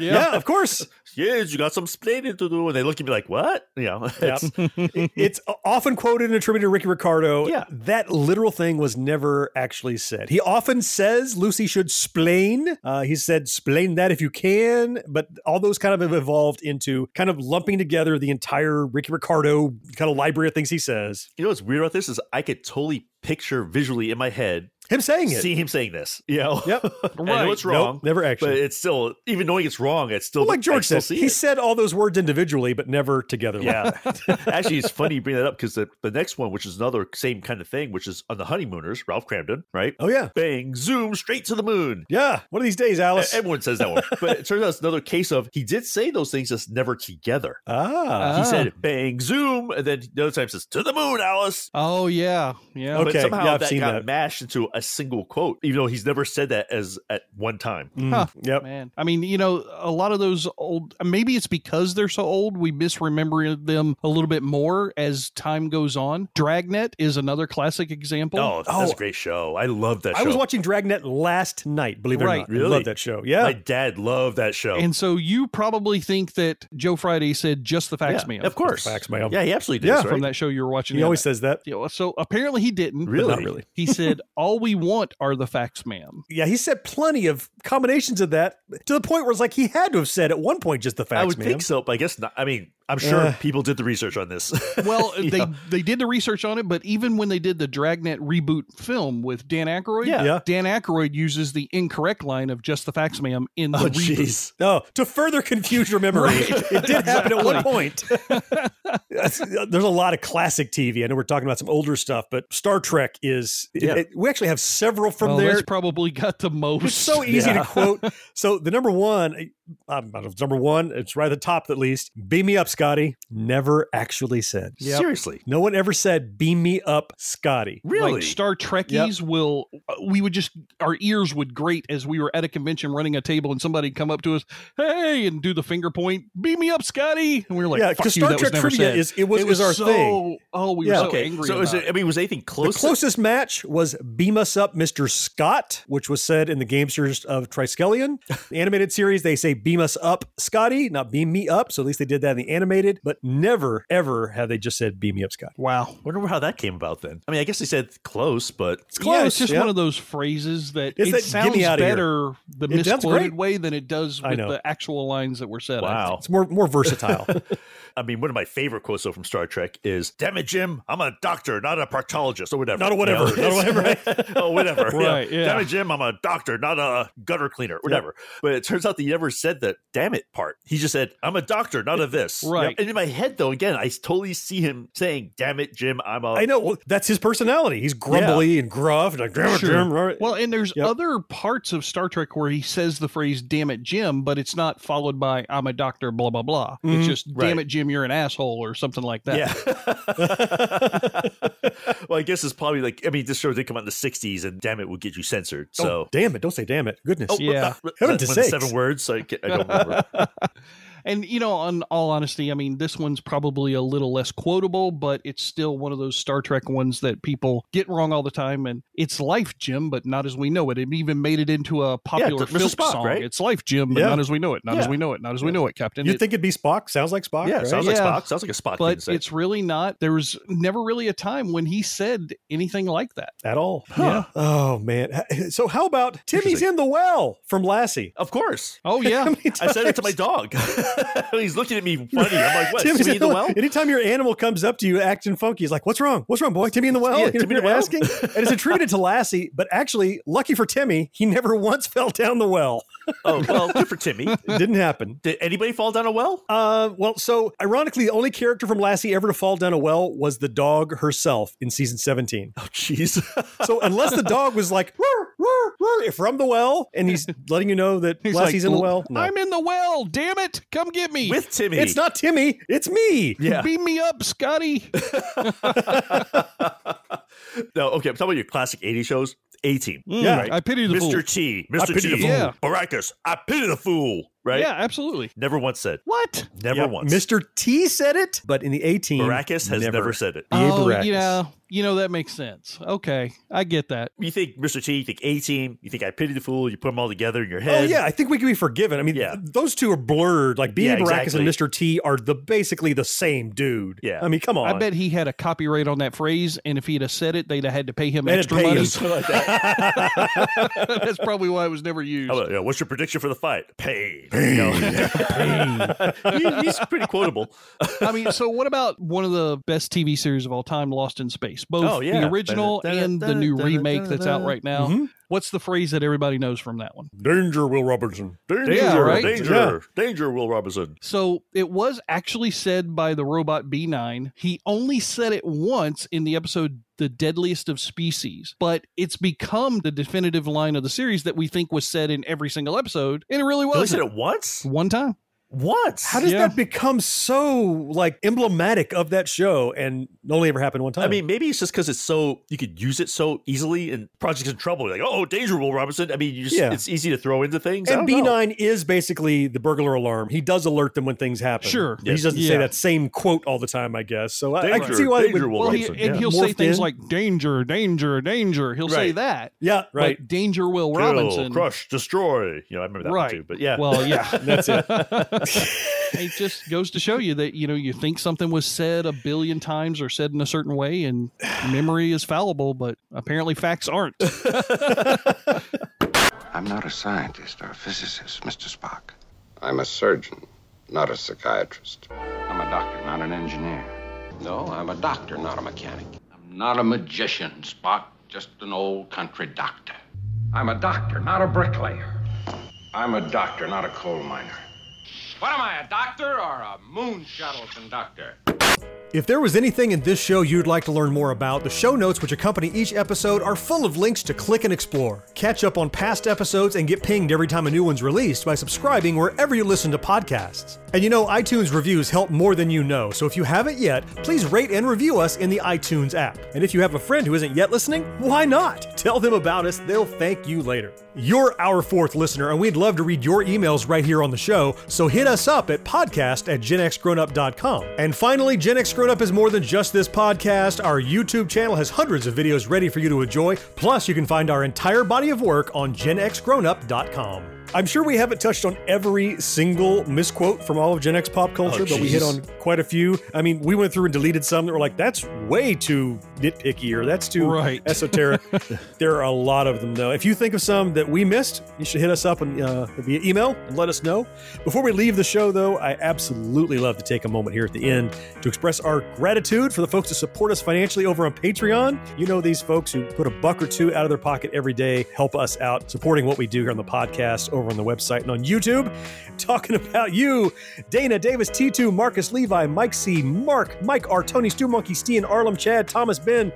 [SPEAKER 3] yeah, of course.
[SPEAKER 4] Kids, you got some explaining to do. And they look at me like, what? You know, <laughs>
[SPEAKER 3] Yeah.
[SPEAKER 4] it's-
[SPEAKER 3] it's often quoted and attributed to Ricky Ricardo.
[SPEAKER 4] Yeah.
[SPEAKER 3] That literal thing was never actually said. He often says Lucy should splain. Uh, he said, splain that if you can. But all those kind of have evolved into kind of lumping together the entire Ricky Ricardo kind of library of things he says.
[SPEAKER 4] you know what's weird about this is I could totally picture visually in my head
[SPEAKER 3] Him saying it.
[SPEAKER 4] seeing him saying this. You know, <laughs>
[SPEAKER 3] Yep.
[SPEAKER 4] I know it's wrong,
[SPEAKER 3] Nope, never actually.
[SPEAKER 4] but it's still even knowing it's wrong, it's still
[SPEAKER 3] Well, like
[SPEAKER 4] I
[SPEAKER 3] George
[SPEAKER 4] still
[SPEAKER 3] says,
[SPEAKER 4] see
[SPEAKER 3] he
[SPEAKER 4] it.
[SPEAKER 3] said all those words individually, but never together. like <laughs>
[SPEAKER 4] Yeah. Actually, it's funny you bring that up because the, the next one, which is another same kind of thing, which is on the honeymooners, Ralph Cramden, right?
[SPEAKER 3] Oh yeah.
[SPEAKER 4] Bang, zoom, straight to the moon.
[SPEAKER 3] Yeah. One of these days, Alice.
[SPEAKER 4] E-, Everyone says that one.
[SPEAKER 3] <laughs>
[SPEAKER 4] But it turns out it's another case of he did say those things just never together. Uh,
[SPEAKER 3] ah.
[SPEAKER 5] Ah.
[SPEAKER 4] He said bang, zoom, and then the other time says to the moon, Alice.
[SPEAKER 5] Oh yeah, yeah.
[SPEAKER 3] Okay.
[SPEAKER 4] But somehow
[SPEAKER 3] yeah, I've
[SPEAKER 4] that
[SPEAKER 3] seen
[SPEAKER 4] got
[SPEAKER 3] that.
[SPEAKER 4] mashed into a single quote, even though he's never said that as at one time.
[SPEAKER 3] Mm,
[SPEAKER 5] Huh.
[SPEAKER 3] Yep.
[SPEAKER 5] Man, I mean, you know, a lot of those old, maybe it's because they're so old, we misremember them a little bit more as time goes on. Dragnet is another classic example.
[SPEAKER 4] Oh, that's
[SPEAKER 3] Oh.
[SPEAKER 4] a great show. I love that show.
[SPEAKER 3] I was watching Dragnet last night, believe it or
[SPEAKER 5] Right.
[SPEAKER 3] not. I
[SPEAKER 4] Really?
[SPEAKER 3] love that show. Yeah.
[SPEAKER 4] My dad loved that show.
[SPEAKER 5] And so you probably think that Joe Friday said just the facts,
[SPEAKER 4] yeah,
[SPEAKER 5] man.
[SPEAKER 4] Of course.
[SPEAKER 3] Facts, man.
[SPEAKER 4] Yeah, he absolutely
[SPEAKER 3] Yeah,
[SPEAKER 4] does.
[SPEAKER 5] From
[SPEAKER 4] right?
[SPEAKER 5] that show you were watching.
[SPEAKER 3] he
[SPEAKER 5] the
[SPEAKER 3] always
[SPEAKER 5] other-
[SPEAKER 3] says that.
[SPEAKER 5] You know, so apparently he didn't. but
[SPEAKER 4] Really?
[SPEAKER 5] not really. He said, all we want are the facts, ma'am.
[SPEAKER 3] Yeah, he said plenty of combinations of that to the point where it's like he had to have said at one point just the facts,
[SPEAKER 4] I would
[SPEAKER 3] man.
[SPEAKER 4] think so, but I guess not. I mean, I'm sure
[SPEAKER 3] Uh.
[SPEAKER 4] people did the research on this. <laughs>
[SPEAKER 5] Well,
[SPEAKER 4] You
[SPEAKER 5] they
[SPEAKER 4] know?
[SPEAKER 5] they did the research on it, but even when they did the Dragnet reboot film with Dan Aykroyd,
[SPEAKER 4] Yeah.
[SPEAKER 3] Yeah.
[SPEAKER 5] Dan Aykroyd uses the incorrect line of "just the facts, ma'am" in the
[SPEAKER 4] Oh,
[SPEAKER 5] reboot.
[SPEAKER 4] jeez.
[SPEAKER 3] No, to further confuse your memory, it did happen at one point. That's- <laughs> There's a lot of classic TV. I know we're talking about some older stuff, but Star Trek is. it-
[SPEAKER 4] Yeah.
[SPEAKER 3] it- we actually have several from
[SPEAKER 5] Well,
[SPEAKER 3] there.
[SPEAKER 5] that's probably got the most.
[SPEAKER 3] It's
[SPEAKER 5] <laughs>
[SPEAKER 3] so easy <laughs> to quote. So the number one, um, number one, it's right at the top at least. Beam me up, Scotty. Never actually said.
[SPEAKER 4] Seriously.
[SPEAKER 3] No one ever said "beam me up, Scotty."
[SPEAKER 4] Really?
[SPEAKER 5] Like Star Trekkies will, uh, we would just, our ears would grate as we were at a convention running a table and somebody'd come up to us, hey, and do the finger point, beat me up, Scotty. And we were like,
[SPEAKER 3] yeah,
[SPEAKER 5] fuck you,
[SPEAKER 3] because Star
[SPEAKER 5] that was
[SPEAKER 3] Trek
[SPEAKER 5] never
[SPEAKER 3] trivia
[SPEAKER 5] said.
[SPEAKER 3] is it was,
[SPEAKER 5] it was
[SPEAKER 3] is our
[SPEAKER 5] so,
[SPEAKER 3] thing.
[SPEAKER 5] oh, we were
[SPEAKER 3] Yeah,
[SPEAKER 5] so
[SPEAKER 4] okay.
[SPEAKER 5] angry.
[SPEAKER 4] so is
[SPEAKER 5] about
[SPEAKER 4] it, I mean, was anything close?
[SPEAKER 3] The closest match was Beam Us Up, Mr. Scott, which was said in the Gamesters of Triskelion. The animated series, they say Beam Us Up, Scotty, not Beam Me Up. So at least they did that in the animated, but never, ever have they just said Beam Me Up, Scotty.
[SPEAKER 5] Wow.
[SPEAKER 4] wonder how that came about then. I mean, I guess they said close, but
[SPEAKER 5] yeah,
[SPEAKER 3] close,
[SPEAKER 5] it's just
[SPEAKER 3] yeah.
[SPEAKER 5] one of those phrases that
[SPEAKER 3] It's
[SPEAKER 5] it
[SPEAKER 3] that, "Get
[SPEAKER 5] sounds
[SPEAKER 3] me outta here."
[SPEAKER 5] better the
[SPEAKER 3] It- that's
[SPEAKER 5] misquoted
[SPEAKER 3] great.
[SPEAKER 5] way than it does
[SPEAKER 3] I
[SPEAKER 5] with
[SPEAKER 3] know.
[SPEAKER 5] the actual lines that were said. I
[SPEAKER 4] wow.
[SPEAKER 3] It's more more
[SPEAKER 4] <laughs>
[SPEAKER 3] versatile.
[SPEAKER 4] I mean, one of my favorite quotes though from Star Trek is "Damn it, Jim! I'm a doctor, not a proctologist, or whatever.
[SPEAKER 3] Not a whatever,
[SPEAKER 4] You
[SPEAKER 3] not
[SPEAKER 4] know,
[SPEAKER 3] a whatever.
[SPEAKER 4] <laughs> oh, whatever.
[SPEAKER 5] Right, yeah.
[SPEAKER 4] Damn it, Jim! I'm a doctor, not a gutter cleaner, whatever. But it turns out that he never said the "damn it" part. He just said, "I'm a doctor, not a this."
[SPEAKER 5] Right.
[SPEAKER 4] And in my head, though, again, I totally see him saying, "Damn it, Jim! I'm a."
[SPEAKER 3] I know. Well, that's his personality. He's grumbly and gruff. And like, damn it,
[SPEAKER 5] Sure.
[SPEAKER 3] Jim. Right?
[SPEAKER 5] Well, and there's
[SPEAKER 3] Yep.
[SPEAKER 5] other parts of Star Trek where he says the phrase "Damn it, Jim," but it's not followed by "I'm a doctor," blah blah blah.
[SPEAKER 3] Mm-hmm.
[SPEAKER 5] It's just "Damn
[SPEAKER 4] Right.
[SPEAKER 5] it, Jim, you're an asshole" or something like that.
[SPEAKER 4] Yeah. <laughs> well, I guess it's probably like I mean, this show did come out in the '60s, and "damn it" would get you censored.
[SPEAKER 3] Oh,
[SPEAKER 4] So.
[SPEAKER 3] damn it. Don't say damn it. Goodness.
[SPEAKER 4] Oh,
[SPEAKER 5] Yeah.
[SPEAKER 4] <laughs> was that
[SPEAKER 3] Heaven to
[SPEAKER 4] one of the
[SPEAKER 3] sakes.
[SPEAKER 4] seven words. I, ca- I don't remember.
[SPEAKER 5] And you know, on all honesty, I mean, this one's probably a little less quotable, but it's still one of those Star Trek ones that people get wrong all the time. And it's life, Jim, but not as we know it. It even made it into a popular
[SPEAKER 4] Mr.
[SPEAKER 5] film
[SPEAKER 4] Spock,
[SPEAKER 5] song.
[SPEAKER 4] right?
[SPEAKER 5] It's life, Jim, but
[SPEAKER 3] Yeah.
[SPEAKER 5] not as we know it. Not as
[SPEAKER 4] Yeah.
[SPEAKER 5] we know it. Not as we know it, Captain.
[SPEAKER 3] you
[SPEAKER 5] It-
[SPEAKER 3] think it'd be Spock? Sounds like Spock.
[SPEAKER 4] Yeah,
[SPEAKER 3] right?
[SPEAKER 4] sounds
[SPEAKER 5] Yeah.
[SPEAKER 4] like Spock. Sounds like a Spock. thing to
[SPEAKER 5] but
[SPEAKER 4] say.
[SPEAKER 5] it's really not. There was never really a time when he said anything like that.
[SPEAKER 3] at all. Yeah. Oh man. So how about Timmy's
[SPEAKER 4] Interesting.
[SPEAKER 3] in the well from Lassie? <laughs>
[SPEAKER 4] Of course.
[SPEAKER 5] Oh yeah, <laughs>
[SPEAKER 4] I said it to my dog. <laughs> He's looking at me funny. I'm like, what?
[SPEAKER 3] Timmy's
[SPEAKER 4] Timmy in
[SPEAKER 3] <laughs>
[SPEAKER 4] the well?
[SPEAKER 3] Anytime your animal comes up to you acting funky, he's like, "What's wrong? What's wrong, boy? Timmy in the well?"
[SPEAKER 4] Yeah,
[SPEAKER 3] You know,
[SPEAKER 4] Timmy in
[SPEAKER 3] you're
[SPEAKER 4] the well.
[SPEAKER 3] asking, and it's attributed to Lassie, but actually, lucky for Timmy, he never <laughs> once fell down the well.
[SPEAKER 4] Oh, well, good for Timmy.
[SPEAKER 3] <laughs> It didn't happen.
[SPEAKER 4] Did anybody fall down a well?
[SPEAKER 3] Uh, well, so ironically, the only character from Lassie ever to fall down a well was the dog herself in season 17.
[SPEAKER 4] Oh, jeez.
[SPEAKER 3] So unless the dog was like, "Roar, roar, roar," if from the well, and
[SPEAKER 4] <laughs>
[SPEAKER 3] he's letting you know that
[SPEAKER 5] He's
[SPEAKER 3] Lassie's
[SPEAKER 5] like,
[SPEAKER 3] in the well, no.
[SPEAKER 5] I'm in the well. Damn it! Come get me.
[SPEAKER 4] <laughs> With Timmy.
[SPEAKER 3] It's not Timmy. It's me.
[SPEAKER 4] <laughs> Yeah.
[SPEAKER 5] Beam me up, Scotty. Mm,
[SPEAKER 4] no, okay. I'm talking about your classic 80 shows. 18.
[SPEAKER 3] Yeah.
[SPEAKER 5] I pity the
[SPEAKER 4] Mr.
[SPEAKER 5] fool.
[SPEAKER 4] T.
[SPEAKER 3] I
[SPEAKER 4] Mr.
[SPEAKER 3] pity
[SPEAKER 4] T.
[SPEAKER 3] the fool.
[SPEAKER 5] Yeah.
[SPEAKER 4] Baracus. I pity the fool. Right?
[SPEAKER 5] Yeah, absolutely.
[SPEAKER 4] Never once said.
[SPEAKER 5] What?
[SPEAKER 4] Never
[SPEAKER 3] Yep.
[SPEAKER 4] once.
[SPEAKER 3] Mr. T said it, but in the 18,
[SPEAKER 4] Baracus has never. said it.
[SPEAKER 3] The Abe
[SPEAKER 5] oh,
[SPEAKER 3] Arrakis.
[SPEAKER 5] yeah. You know that makes sense. Okay, I get that.
[SPEAKER 4] You think Mr. T, you think 18, you think I pity the fool, you put them all together in your
[SPEAKER 3] Oh
[SPEAKER 4] head.
[SPEAKER 3] yeah, I think we can be forgiven. I mean,
[SPEAKER 4] Yeah.
[SPEAKER 3] those two are blurred. Like B.
[SPEAKER 4] Yeah,
[SPEAKER 3] Baracus and
[SPEAKER 4] exactly.
[SPEAKER 3] Mr. T are the basically the same dude.
[SPEAKER 4] Yeah.
[SPEAKER 3] I mean, come on.
[SPEAKER 5] I bet he had a copyright on that phrase, and if he'd have said it, they'd have had to pay him
[SPEAKER 3] They had to
[SPEAKER 5] extra
[SPEAKER 3] pay
[SPEAKER 5] money.
[SPEAKER 3] him.
[SPEAKER 5] <laughs> That's probably why it was never used.
[SPEAKER 4] How about, you know, what's your prediction for the fight? Pain. You know? <laughs> He- he's pretty quotable.
[SPEAKER 5] I mean, so what about one of the best TV series of all time, Lost in Space? Both
[SPEAKER 4] Oh, yeah.
[SPEAKER 5] the original and the new remake that's out right now.
[SPEAKER 3] Mhm.
[SPEAKER 5] What's the phrase that everybody knows from that one?
[SPEAKER 3] Danger, Will Robertson.
[SPEAKER 4] Danger,
[SPEAKER 5] Yeah, right?
[SPEAKER 4] danger, danger, Will Robinson.
[SPEAKER 5] So it was actually said by the robot B9. He only said it once in the episode The Deadliest of Species, but it's become the definitive line of the series that we think was said in every single episode, and it really
[SPEAKER 4] He only
[SPEAKER 5] was
[SPEAKER 4] said it once?
[SPEAKER 5] one time.
[SPEAKER 4] once.
[SPEAKER 3] How does
[SPEAKER 5] Yeah.
[SPEAKER 3] that become so like emblematic of that show and only ever happened one time?
[SPEAKER 4] I mean, maybe it's just because it's so you could use it so easily in Project in Trouble. You're like, oh, Danger Will Robinson. I mean, you just
[SPEAKER 3] Yeah.
[SPEAKER 4] it's easy to throw into things. I
[SPEAKER 3] and
[SPEAKER 4] don't know.
[SPEAKER 3] B9 is basically the burglar alarm. He does alert them when things happen.
[SPEAKER 5] Sure.
[SPEAKER 3] He just doesn't say
[SPEAKER 5] Yeah.
[SPEAKER 3] that same quote all the time, I guess. So I, I can
[SPEAKER 4] Danger,
[SPEAKER 3] see why they
[SPEAKER 4] danger,
[SPEAKER 3] would.
[SPEAKER 4] Will
[SPEAKER 5] Well, he,
[SPEAKER 4] Robinson,
[SPEAKER 5] and
[SPEAKER 4] yeah.
[SPEAKER 5] he'll say
[SPEAKER 3] Morphed
[SPEAKER 5] things
[SPEAKER 3] in.
[SPEAKER 5] like danger, danger, danger. He'll say
[SPEAKER 4] Right.
[SPEAKER 5] that.
[SPEAKER 3] Yeah, right.
[SPEAKER 5] But danger Will
[SPEAKER 4] Kill,
[SPEAKER 5] Robinson.
[SPEAKER 4] crush, destroy. You know, I remember that
[SPEAKER 5] right.
[SPEAKER 4] one too. But yeah, <laughs>
[SPEAKER 5] Well, yeah. That's it. <laughs> it just goes to show you that, you know, you think something was said a billion times or said in a certain way and memory is fallible, but apparently facts aren't.
[SPEAKER 9] I'm not a scientist or a physicist, Mr. Spock. I'm a surgeon, not a psychiatrist. I'm a doctor, not an engineer. No, I'm a doctor, not a mechanic. I'm not a magician, Spock, just an old country doctor. I'm a doctor, not a bricklayer. I'm a doctor, not a coal miner. What am I, a doctor or a moon shuttle conductor?
[SPEAKER 10] If there was anything in this show you'd like to learn more about, the show notes which accompany each episode are full of links to click and explore. Catch up on past episodes and get pinged every time a new one's released by subscribing wherever you listen to podcasts. And you know, iTunes reviews help more than you know, so if you haven't yet, please rate and review us in the iTunes app.
[SPEAKER 3] And if you have a friend who isn't yet listening,
[SPEAKER 10] Why not? Tell them about us, they'll thank you later. You're our fourth listener, and we'd love to read your emails right here on the show, so hit us up at podcast at genxgrownup.com. And finally, Gen X Grown Up is more than just this podcast. Our YouTube channel has hundreds of videos ready for you to enjoy, plus, you can find our entire body of work on genxgrownup.com.
[SPEAKER 3] I'm sure we haven't touched on every single misquote from all of Gen X pop culture, but we hit on quite a few. I mean, we went through and deleted some that were like, that's way too nitpicky or that's too
[SPEAKER 5] Right.
[SPEAKER 3] esoteric. there are a lot of them, though. If you think of some that we missed, you should hit us up and, uh, via email and let us know. Before we leave the show, though, I absolutely love to take a moment here at the end to express our gratitude for the folks who support us financially over on Patreon. You know, these folks who put a buck or two out of their pocket every day, help us out supporting what we do here on the podcast, over on the website, and on YouTube. <laughs> Talking about you, Dana Davis, T2, Marcus Levi, Mike C, Mark, Mike R, Tony Stu Monkey, Steen, Arlem, Chad, Thomas, Ben,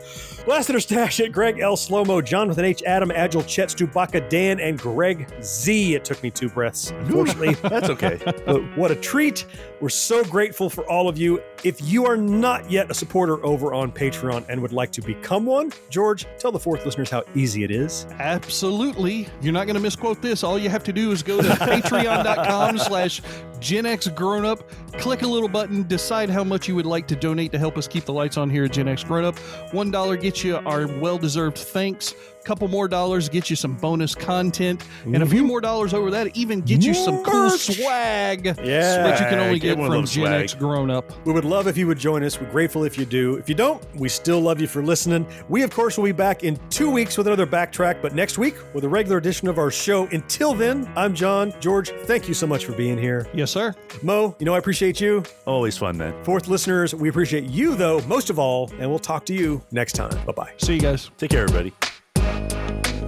[SPEAKER 3] Last Letter Stash <laughs> at Greg L. Slomo, Jonathan H. Adam, Agile, Chet, Stubaka, Dan, and Greg Z. It took me two breaths. Unfortunately,
[SPEAKER 4] that's okay.
[SPEAKER 3] but what a treat. We're so grateful for all of you. If you are not yet a supporter over on Patreon and would like to become one, George, tell the fourth listeners how easy it is.
[SPEAKER 5] Absolutely. You're not going to misquote this. All you have to do is go
[SPEAKER 4] <laughs>
[SPEAKER 5] to patreon.com slash Gen X Grown Up, click a little button, decide how much you would like to donate to help us keep the lights on here at Gen X Grown Up. One dollar gets you our well deserved thanks. Couple more dollars gets you some bonus content. And a few
[SPEAKER 4] Mm-hmm.
[SPEAKER 5] more dollars over that even gets you some cool
[SPEAKER 3] Merch.
[SPEAKER 5] swag.
[SPEAKER 3] Yeah.
[SPEAKER 5] Which you can only
[SPEAKER 4] Swag.
[SPEAKER 5] get
[SPEAKER 4] Everyone
[SPEAKER 5] from
[SPEAKER 4] loves
[SPEAKER 5] Gen
[SPEAKER 4] swag.
[SPEAKER 5] X Grown Up.
[SPEAKER 3] We would love if you would join us. We're grateful if you do. If you don't, we still love you for listening. We, of course, will be back in two weeks with another backtrack, but next week with a regular edition of our show. Until then, I'm John. George, thank you so much for being here.
[SPEAKER 5] Yes, sir.
[SPEAKER 3] Mo, you know I appreciate you.
[SPEAKER 4] Always fun, man.
[SPEAKER 3] Fourth listeners, we appreciate you, though, most of all, and we'll talk to you next time. Bye bye.
[SPEAKER 5] See you guys.
[SPEAKER 4] Take care, everybody.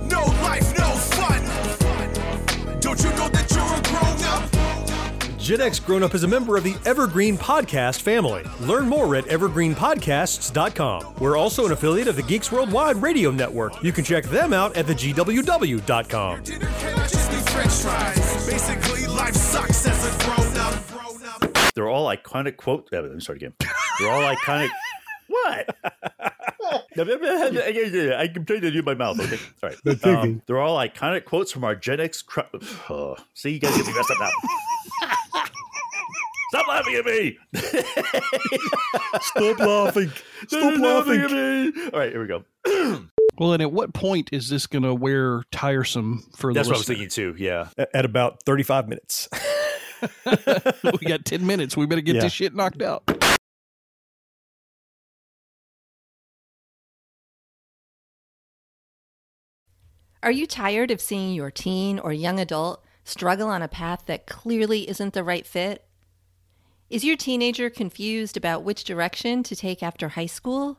[SPEAKER 2] No life, no fun. Don't you know that you're a grown up?
[SPEAKER 10] Gen X Grown Up is a member of the Evergreen Podcast family. Learn more at evergreenpodcasts.com. We're also an affiliate of the Geeks Worldwide Radio Network. You can check them out at thegww.com.
[SPEAKER 2] Dinner cannot just be french fries. Basically, life sucks as a grown up.
[SPEAKER 4] They're all iconic quote. uh, Let me start again. They're all
[SPEAKER 5] <laughs>
[SPEAKER 4] iconic. what? I can tell you to do my mouth. Okay, all right. Um, <laughs> they're all iconic quotes from our Gen X. Cr- uh, see, you guys get me messed up now. Stop laughing at me!
[SPEAKER 3] Stop
[SPEAKER 4] <laughs>
[SPEAKER 3] laughing.
[SPEAKER 4] Stop laughing at me! All right, here we go.
[SPEAKER 5] Well, and at what point is this going to wear tiresome for the
[SPEAKER 4] That's what I was
[SPEAKER 5] listener?
[SPEAKER 4] thinking too. Yeah.
[SPEAKER 3] At about 35 minutes.
[SPEAKER 5] <laughs> we got 10 minutes. We better get
[SPEAKER 3] Yeah.
[SPEAKER 5] this shit knocked out.
[SPEAKER 11] Are you tired of seeing your teen or young adult struggle on a path that clearly isn't the right fit? Is your teenager confused about which direction to take after high school?